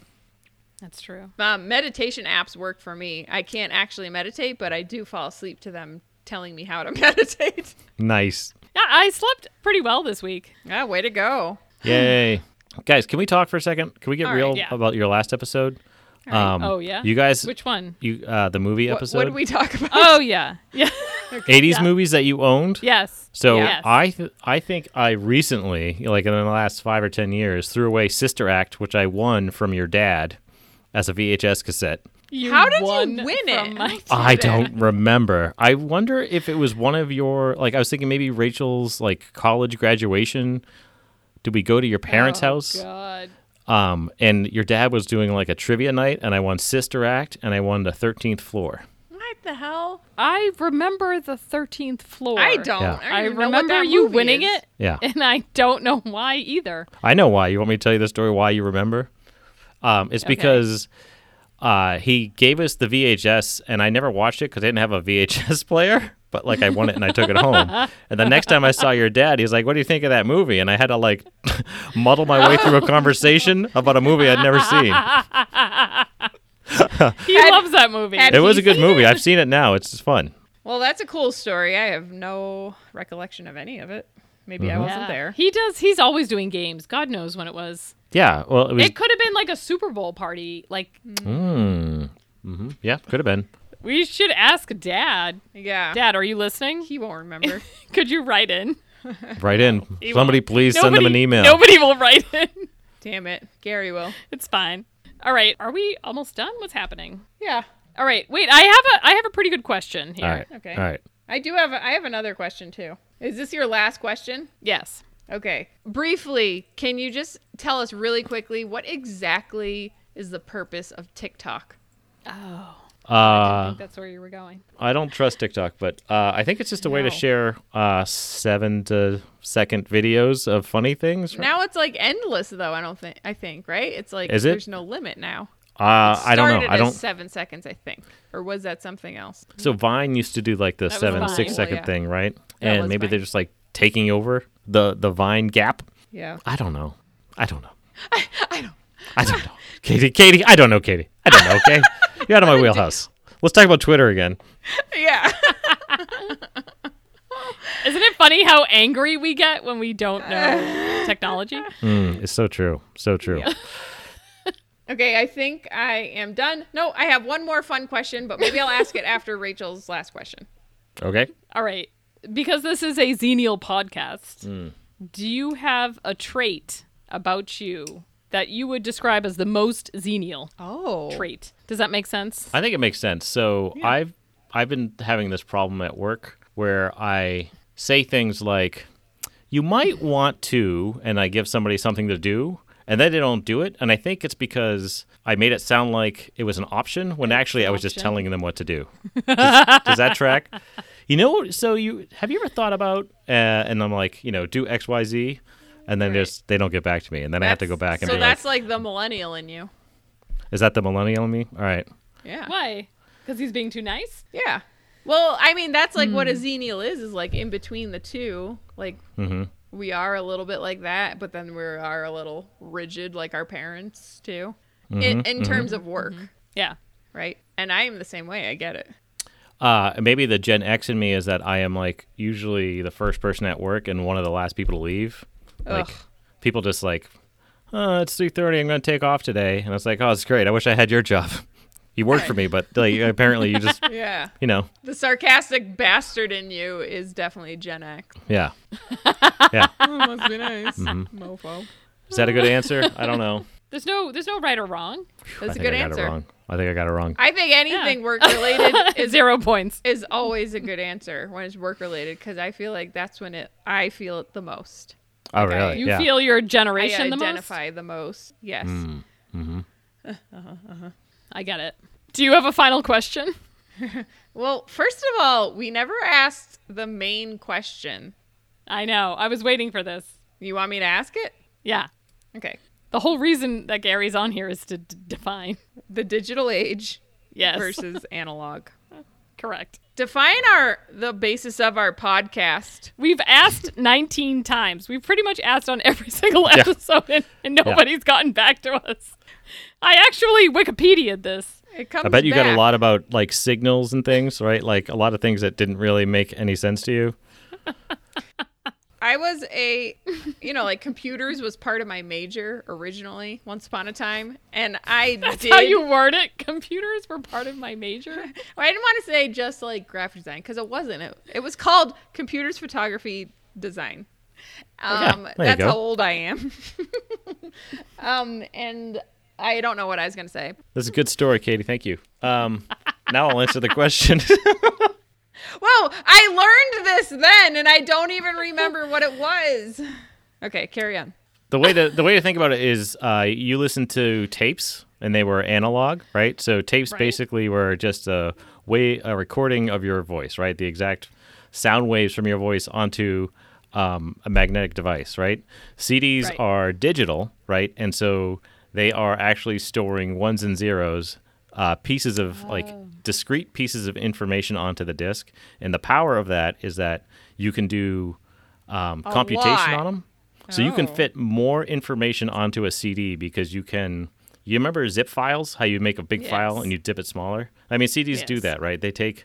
That's true.
Um, meditation apps work for me. I can't actually meditate, but I do fall asleep to them telling me how to meditate.
nice
Yeah, I slept pretty well this week.
yeah, way to go.
yay guys can we talk for a second can we get
All right,
real
yeah.
about your last episode um
Oh yeah.
you guys
Which one?
you uh the movie
What,
episode
what did we talk about?
Oh yeah. Yeah.
80s movies that you owned
yes.
So
yes.
I th- I think I recently, like in the last five or ten years, threw away Sister Act, which I won from your dad as a VHS cassette.
You
How did you
won
win
from
it?
my
I
dad.
don't remember. I wonder if it was one of your like I was thinking maybe Rachel's like college graduation. Did we go to your parents'
Oh,
house?
God.
Um, and your dad was doing like a trivia night, and I won Sister Act, and I won the Thirteenth Floor.
What the hell?
I remember the thirteenth floor.
I don't.
Yeah.
I, don't
I
even know what
remember
that
you
movie
winning
is.
it.
Yeah.
And I don't know why either.
I know why. You want me to tell you the story? Why you remember? Um, it's because uh, he gave us the VHS, and I never watched it because I didn't have a VHS player. But like, I won it and I took it home. And the next time I saw your dad, he was like, "What do you think of that movie?" And I had to like muddle my way through a conversation about a movie I'd never seen.
He
Had-
loves that movie.
had-
It was a
you
good movie. I've seen it now. It's fun.
Well, that's a cool story. I have no recollection of any of it. Maybe
Mm-hmm.
I wasn't
Yeah.
there.
He does. He's always doing games. God knows when it was.
Yeah. Well, it was.
It could have been like a Super Bowl party. Like
yeah, could have been.
we should ask Dad.
Yeah.
Dad, are you listening?
He won't remember.
Could you write in?
Right in. Somebody, please send them an email.
Nobody will write in.
Damn it. Gary will.
It's fine. All right. Are we almost done? What's happening?
Yeah.
All right. Wait. I have a. I have a pretty good question here.
All right. Uh,
Okay.
All right.
I do have a, I have another question too. Is this your last question?
Yes.
Okay. Briefly, can you just tell us really quickly what exactly is the purpose of TikTok?
Oh. I
Uh,
think that's where you were going.
I don't trust TikTok, but uh, I think it's just a way to
No.
share uh, seven to second videos of funny things. Uh,
Now it's like endless though, I don't think I think, right? It's like
Is it?
there's no limit now.
Uh, I don't know.
Started
I
as
don't.
seven seconds, I think, or was that something else?
So Vine used to do like the
was
seven,
Vine.
six
Well,
second
yeah.
thing, right?
That
and
was
maybe they're
Vine.
just like taking over the the Vine gap.
Yeah.
I don't know. I don't know. I, don't. I don't know. Katie, Katie, I don't know, Katie. I don't know. Okay, you're out of my wheelhouse. Let's talk about Twitter again.
Yeah.
Isn't it funny how angry we get when we don't know technology?
Mm, it's so true. So true.
Okay, I think I am done. No, I have one more fun question, but maybe I'll ask it after Rachel's last question.
Okay.
All right. Because this is a Xenial podcast,
Hmm.
do you have a trait about you that you would describe as the most Xenial
Oh.
trait? Does that make sense?
I think it makes sense. So I've I've been having this problem at work where I say things like, "You might want to," and I give somebody something to do, and then they don't do it, and I think it's because I made it sound like it was an option when actually I was just
option.
telling them what to do. Does, does that track? you know, so you have you ever thought about? Uh, and I'm like, you know, do X, Y, Z, and then just they don't get back to me, and then I have to go back and
so
be like,
that's like the millennial in you.
is that the millennial in me? All right.
Yeah.
Why? Because he's being too nice?
Yeah. Well, I mean, that's like what a
Hmm.
xenial is, is like in between the two. Like,
Mm-hmm.
we are a little bit like that, but then we are a little rigid, like our parents, too,
Mm-hmm.
in, in terms of work,
Yeah.
right? And I am the same way. I get it.
Uh, maybe the Gen X in me is that I am like usually the first person at work and one of the last people to leave. Like
Ugh.
people just like, oh, it's three thirty. I'm gonna take off today, and it's like, oh, it's great. I wish I had your job. You worked for me, but like apparently you just,
Yeah.
you know,
The sarcastic bastard in you is definitely Gen X.
yeah, yeah.
Oh, must be nice.
Mm-hmm.
Mofo.
Is that a good answer? I don't know.
There's no there's no right or wrong.
That's
I
a
think
good
I got it
answer.
wrong. I think I got it wrong.
I think anything work related is
Zero points.
is always a good answer when it's work related because I feel like that's when it I feel it the most.
Oh, really?
You
yeah.
feel your
I
generation the most?
identify the most. Yes.
Hmm.
I get it. Do you have a final question?
Well, first of all, we never asked the main question.
I know. I was waiting for this.
You want me to ask it?
Yeah.
Okay.
The whole reason that Gary's on here is to d- define.
The digital age
Yes.
versus analog.
Correct.
Define our the basis of our podcast.
We've asked 19 times. We've pretty much asked on every single episode, and, and nobody's gotten back to us. I actually Wikipedia'd this.
It comes.
I bet you got a
back.
lot about like signals and things, right? Like a lot of things that didn't really make any sense to you.
I was a, you know, like computers was part of my major originally once upon a time, and I
That's
did.
how you word it. Computers were part of my major.
I didn't want to say just like graphic design because it wasn't. It, it was called computers photography design. Um,
there you
that's
go.
how old I am. um, and I don't know what I was gonna say.
That's a good story, Katie. Thank you. Um, now I'll answer the question.
Whoa! I learned this then, and I don't even remember what it was. Okay, carry on.
the way to the way to think about it is uh, you listen to tapes and they were analog, right? So tapes
Right.
basically were just a way a recording of your voice, right? The exact sound waves from your voice onto um, a magnetic device, right? CDs
Right.
are digital, right? And so they are actually storing ones and zeros, uh, pieces of
Oh.
like discrete pieces of information onto the disk. And the power of that is that you can do um, computation
lot.
on them. So you can
Oh.
fit more information onto a CD because you can. You remember zip files? How you make a big file
Yes.
and you dip it smaller? I mean, CDs do
Yes.
that, right? They take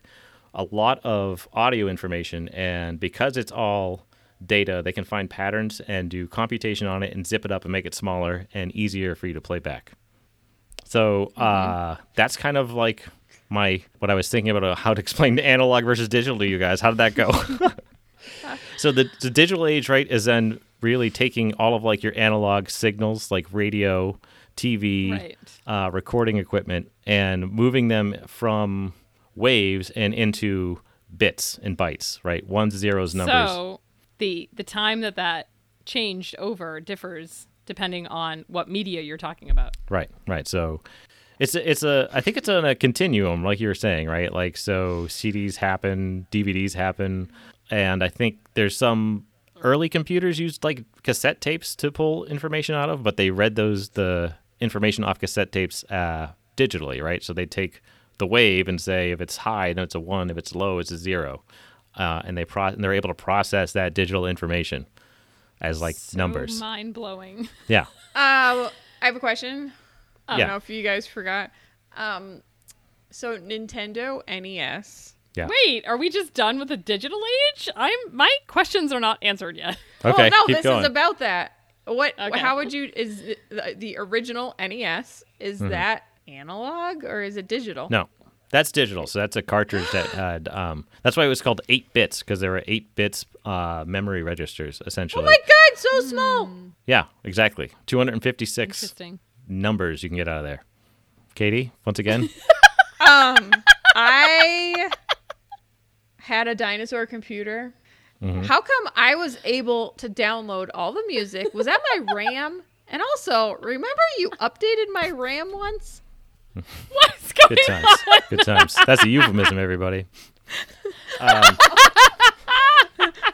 a lot of audio information, and because it's all data, they can find patterns and do computation on it and zip it up and make it smaller and easier for you to play back. So
Mm-hmm.
uh, that's kind of like my what I was thinking about uh, how to explain analog versus digital to you guys. How did that go? so the, the digital age, right, is then really taking all of like your analog signals, like radio, TV,
Right.
uh, recording equipment, and moving them from waves and into bits and bytes, right? Ones, zeros, numbers.
So the the time that that changed over differs depending on what media you're talking about.
Right, right. So it's a, it's a I think it's on a continuum, like you were saying, right? Like so CDs happen, DVDs happen, and I think there's some early computers used like cassette tapes to pull information out of, but they read those the information off cassette tapes uh, digitally, right? So they take the wave and say if it's high, then it's a one. If it's low, it's a zero, uh, and they pro- and they're able to process that digital information as like numbers.
Mind blowing.
yeah,
Uh, I have a question. I don't
Yeah.
know if you guys forgot. Um, so Nintendo E NES.
yeah.
Wait, are we just done with the digital age? I'm my questions are not answered yet.
Okay,
well, Oh, no,
keep
this
going.
is about that. What?
Okay.
How would you? Is the, the original NES is that analog or is it digital?
Mm-hmm. No, that's digital. So that's a cartridge that had. Um, that's why it was called eight bits because there were eight bits uh, memory registers essentially.
Oh my God, so small.
yeah, exactly. Two hundred and fifty-six
Interesting.
numbers you can get out of there. Katie, once again,
Um, I had a dinosaur computer.
Mm-hmm.
How come I was able to download all the music? Was that my RAM? And also, remember you updated my RAM once?
What's going
good times, good times. That's a euphemism, everybody. Um,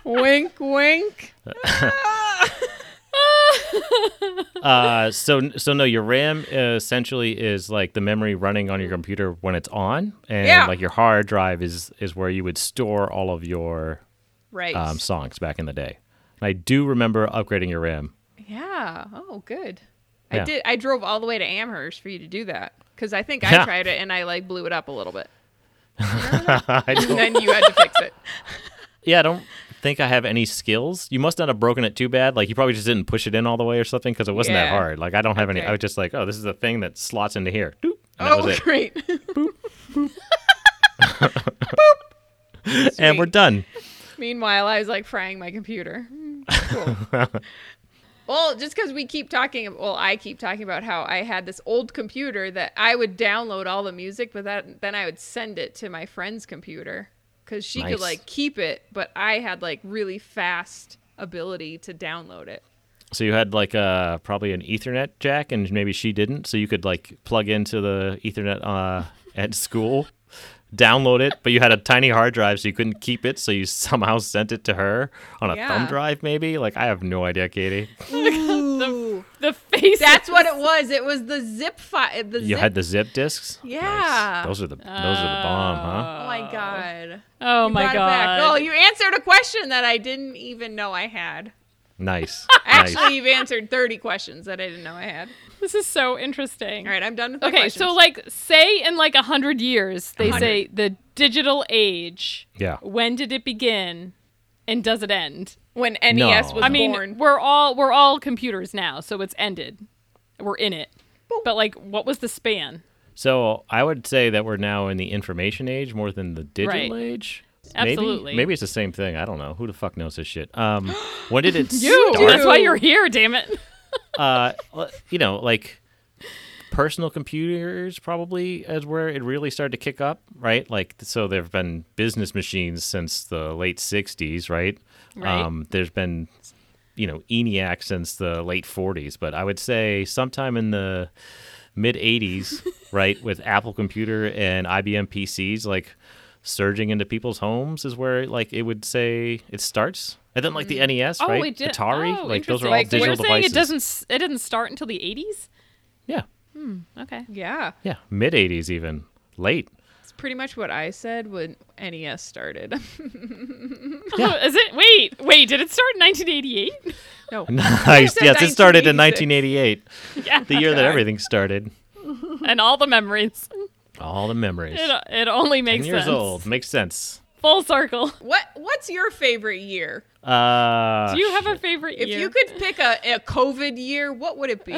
wink, wink.
Uh, so so no, your RAM uh, essentially is like the memory running on your computer when it's on, and
Yeah.
like your hard drive is is where you would store all of your
Right.
um, songs back in the day. And I do remember upgrading your RAM.
yeah. Oh, good. I
Yeah.
did. I drove all the way to Amherst for you to do that because I think I
Yeah.
tried it and I like blew it up a little bit,
I
and
don't,
then you had to fix it.
yeah, I don't think I have any skills. You must not have broken it too bad. Like you probably just didn't push it in all the way or something because it wasn't that
Yeah.
hard. Like I don't have any.
Okay.
I was just like, oh, this is a thing that slots into here. Doop, and that
Oh,
was it.
great.
And we're
sweet.
done.
Meanwhile, I was like frying my computer. Mm, Cool. well, just because we keep talking, well, I keep talking about how I had this old computer that I would download all the music, but that then I would send it to my friend's computer because she
Nice.
could like keep it, but I had like really fast ability to download it.
So you had like uh probably an Ethernet jack, and maybe she didn't. So you could like plug into the Ethernet uh, at school, download it, but you had a tiny hard drive, so you couldn't keep it. So you somehow sent it to her on a
Yeah.
thumb drive, maybe. Like I have no idea, Katie.
Ooh.
The face.
That's what it was. It was the zip file. The
You
zip.
had the zip discs. Nice.
Yeah.
Those are the those are the bomb, huh?
oh my god.
Oh
You
my
brought it back.
god.
Oh, you answered a question that I didn't even know I had.
Nice.
Actually,
nice.
you've answered 30 questions that I didn't know I had.
This is so interesting.
All right, I'm done with my
Okay,
questions.
so like say in like a hundred years, they
100.
say the digital age.
Yeah.
When did it begin, and does it end?
when NES
No.
was
I
I mean,
born.
we're all we're all computers now, so it's ended. We're in it.
Boop.
But like, what was the span?
So I would say that we're now in the information age more than the digital
Right.
age.
Absolutely.
Maybe, maybe it's the same thing. I don't know. Who the fuck knows this shit? Um, when did it
You.
start?
That's why you're here. Damn it.
uh, l- you know, like personal computers probably is where it really started to kick up, right? Like, so there have been business machines since the late '60s, right? Um,
Right.
there's been, you know, ENIAC since the late '40s, but I would say sometime in the mid '80s, right, with Apple Computer and IBM PCs, like surging into people's homes is where like it would say it starts. And then like the NES,
Oh,
right?
it did.
Atari,
oh,
like those
interesting.
are all
Like,
digital
you're saying
devices.
it doesn't. s- It didn't start until the 80s.
yeah.
Okay.
yeah,
Yeah, mid '80s even late.
it's pretty much what I said when NES started.
Is it? Wait, wait. Did it start in 1988?
no.
Nice.
said
Yes, it started in
1986.
1988,
yeah.
the year that everything started.
and all the memories.
All the memories.
It, it only makes
Ten years
sense.
old makes sense.
Full circle.
What What's your favorite year?
Uh,
Do you have a favorite
If
year?
you could pick a, a COVID year, what would it be?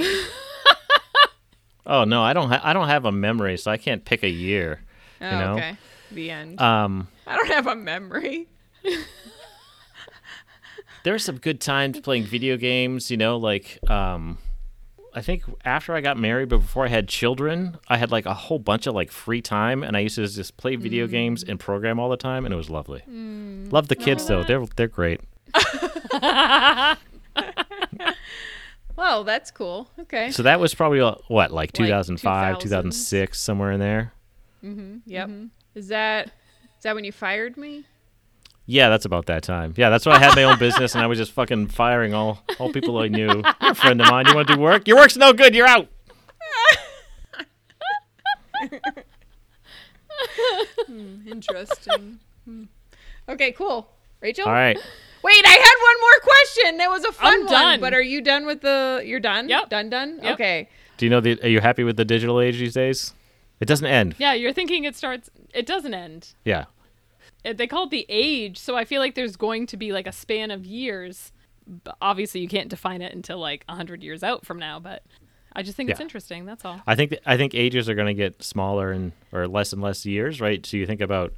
oh no, I don't. Ha- I don't have a memory, so I can't pick a year.
Oh,
you know.
okay. The end.
Um,
I don't have a memory.
there were some good times playing video games. You know, like um, I think after I got married, but before I had children, I had like a whole bunch of like free time, and I used to just play video games and program all the time, and it was lovely. Love the kids though; they're they're great.
Well, that's cool. Okay.
So that was probably uh, what, like 2005,
2000s.
2006, somewhere in there.
Yep. Mm-hmm. Is that is that when you fired me?
Yeah, that's about that time. Yeah, that's when I had my own business and I was just fucking firing all all people I knew. You're a friend of mine. You want to do work? Your work's no good. You're out.
Interesting. Hmm. okay, cool. Rachel?
All right.
Wait, I had one more question. That was a fun
I'm
one.
done.
But are you done with the? You're done.
Yep.
Done. Done.
Yep.
Okay.
Do you know the? Are you happy with the digital age these days? It doesn't end.
yeah, you're thinking it starts. It doesn't end.
Yeah.
It, they call it the age, so I feel like there's going to be like a span of years. But obviously, you can't define it until like 100 years out from now, but I just think it's
Yeah.
interesting. That's all.
I think th- I think ages are going to get smaller and or less and less years, right? So you think about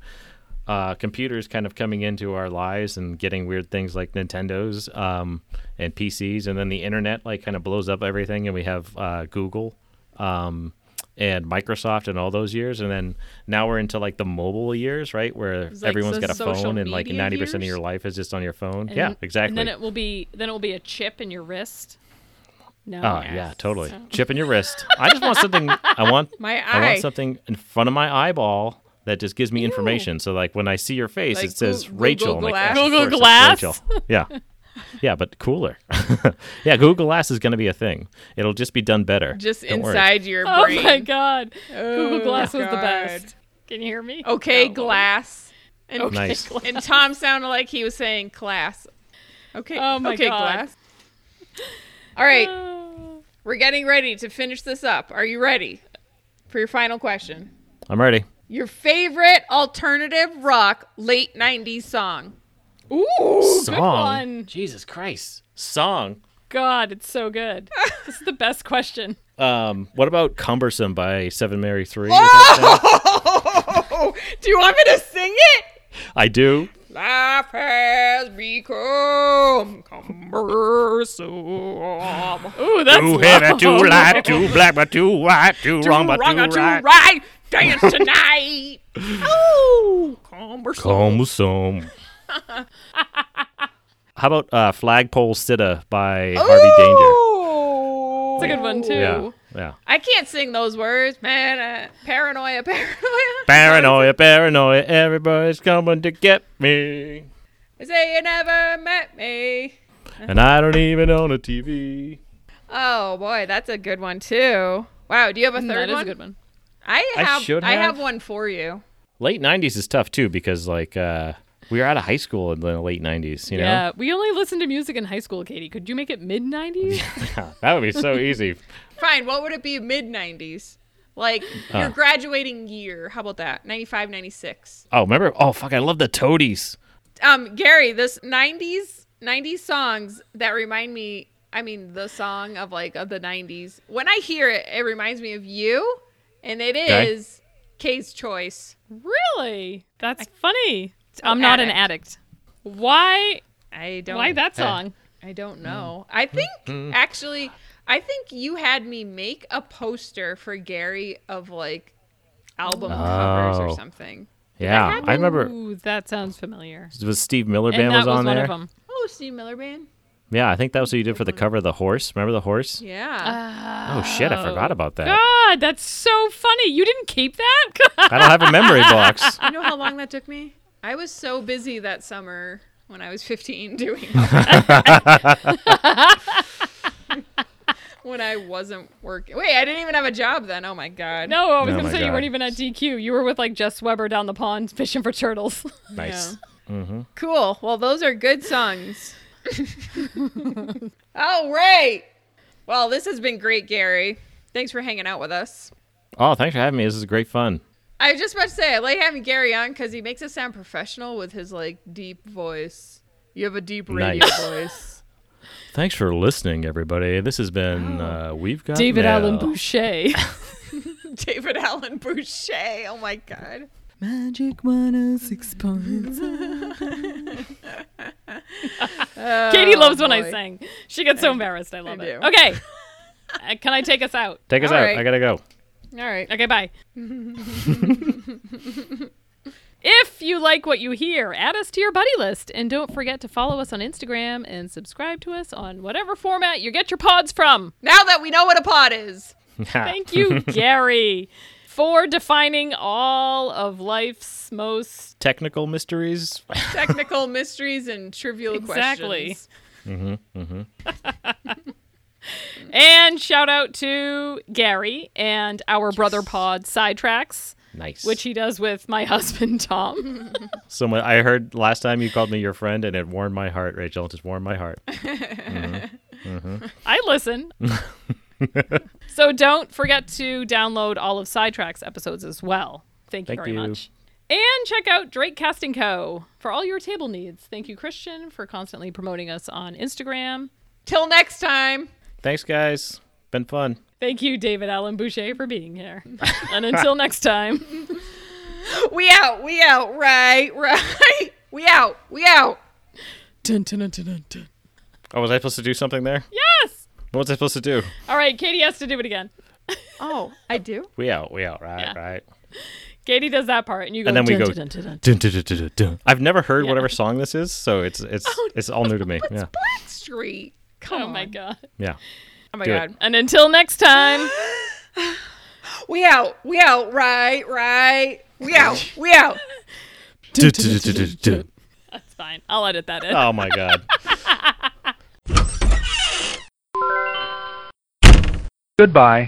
uh, computers kind of coming into our lives and getting weird things like Nintendos um, and PCs, and then the internet like kind of blows up everything, and we have uh, Google um, and Microsoft and all those years, and then now we're into like the mobile years, right, where
like
everyone's
so-
got a
social
phone, and like
media
ninety percent of
years?
your life is just on your phone.
And-
yeah, exactly.
And then it will be then it will be a chip in your wrist. No.
Oh yeah, totally. Chip in your wrist. I just want something. I want.
My
I
eye.
want something in front of my eyeball that just gives me information. So like when I see your face,
Like
it says
Goo-
Rachel.
Google
I'm like,
Glass?
"Yes, of
Google
course, it's
Glass?"
Rachel. Yeah. Yeah, but cooler. yeah, Google Glass is going to be a thing. It'll just be done better.
Just
Don't worry.
inside your
Oh
brain.
my god. Google
Oh,
Glass was the
God.
best. Can you hear me?
Okay,
No.
glass. And,
Nice.
and Tom sounded like he was saying class. Okay.
Oh my
okay,
God.
glass. All right,
Oh.
we're getting ready to finish this up. Are you ready for your final question?
I'm ready.
Your favorite alternative rock late 90s song? Ooh.
Song.
one.
Jesus Christ. Song.
God, it's so good. this is the best question.
Um, what about Cumbersome by Seven Mary Three? Is that
Oh, do you want me to sing it?
that? I do.
Life has become cumbersome.
Ooh, that's
Too
low.
heavy, too light, too black, but too white, too,
Too
wrong, but
wrong
too
or too
right.
right. Dance tonight. Ooh, cumbersome.
Cumbersome. How about uh, Flagpole Sitta by Harvey Danger?
Ooh.
It's a good one
Oh.
too.
Yeah, yeah.
I can't sing those words, man. Uh, paranoia, paranoia.
Paranoia, paranoia, everybody's coming to get me.
They say you never met me.
And I don't even own a TV.
Oh boy, that's a good one too. Wow, do you have a
Mm,
third
That is a
one?
good one.
I
I
have.
should
I have
have.
one for you.
Late 90s is tough too because, like, uh, we were out of high school in the late 90s, you know?
Yeah, we only listened to music in high school, Katie. Could you make it mid 90s?
that would be so easy.
Fine. What would it be mid 90s? Like
Uh.
your graduating year. How about that? 95, 96.
Oh, remember? Oh, fuck, I love the Toadies.
Um, Gary, this 90s 90s songs that remind me, I mean, the song of like of the 90s. When I hear it, it reminds me of you, and it
Okay.
is Kay's choice.
really? That's funny. I'm not an addict. Why?
I don't
Why that song?
I don't know. I think actually I think you had me make a poster for Gary of like album covers or
Oh.
something.
Yeah, I remember
Ooh, that sounds familiar.
it was Steve Miller
and
Band
that
was on
one
there.
of them.
Oh, Steve Miller Band?
Yeah, I think that was what you did for the cover of The Horse. Remember The Horse?
Yeah.
Oh, shit, I forgot about that.
God, that's so funny. You didn't keep that?
I don't have a memory box.
you know how long that took me? I was so busy that summer when I was 15 doing all when I wasn't working. Wait, I didn't even have a job then. Oh my god.
no, I was
Oh
going to
my
say you
God.
weren't even at DQ. You were with like Jess Weber down the pond fishing for turtles.
Nice.
Cool. Well, those are good songs. All right. Well, this has been great, Gary. Thanks for hanging out with us.
Oh, thanks for having me. This is great fun.
I was just about to say, I like having Gary on because he makes us sound professional with his like deep voice. You have a deep radio
Nice.
voice.
Thanks for listening, everybody. This has been uh, We've Got
David
Mail.
Allen Boucher.
David Allen Boucher. Oh my god.
Magic 106 points.
Katie loves when
boy.
I sing. She gets so embarrassed. Oh, I love
I
it.
do.
Okay. Uh, Can I take us out?
Take us
All
out.
right.
I gotta go.
All right.
Okay, bye. if you like what you hear, add us to your buddy list. And don't forget to follow us on Instagram and subscribe to us on whatever format you get your pods from.
Now that we know what a pod is.
Ah.
Thank you, Gary, for defining all of life's most.
Technical mysteries.
Technical mysteries and trivial
Exactly.
questions.
And shout out to Gary and our brother pod, Sidetracks,
nice.
which he does with my husband, Tom.
Someone I heard last time you called me your friend, and it warmed my heart, Rachel. It just warmed my heart.
I listen. so don't forget to download all of Sidetrack's episodes as well. Thank you
Thank
very
you.
much. And check out Drake Casting Co. for all your table needs. Thank you, Christian, for constantly promoting us on Instagram.
Till next time.
Thanks, guys. Been fun.
Thank you, David Allen Boucher, for being here. and until next time.
We out. We out. Right. Right. We out. We out.
Dun, dun, dun, dun, dun, dun.
Oh, was I supposed to do something there?
Yes!
What was I supposed to do?
All right, Katie has to do it again.
Oh, I do.
We out. We out. Right.
Yeah.
Right.
Katie does that part, and you go.
And then we
Dun,
go.
dun, dun, dun, dun.
Dun, dun, dun, dun, dun, dun. I've never heard
Yeah.
whatever song this is, so it's it's it's all new to me. Yeah.
Street. Come
oh
on.
my God.
Yeah.
Oh my
Do it.
god.
And until next time.
We out. We out. Right. Right. We out. We out.
Dun, dun, dun, dun, dun.
That's fine. I'll edit that in.
Oh my god.
Goodbye.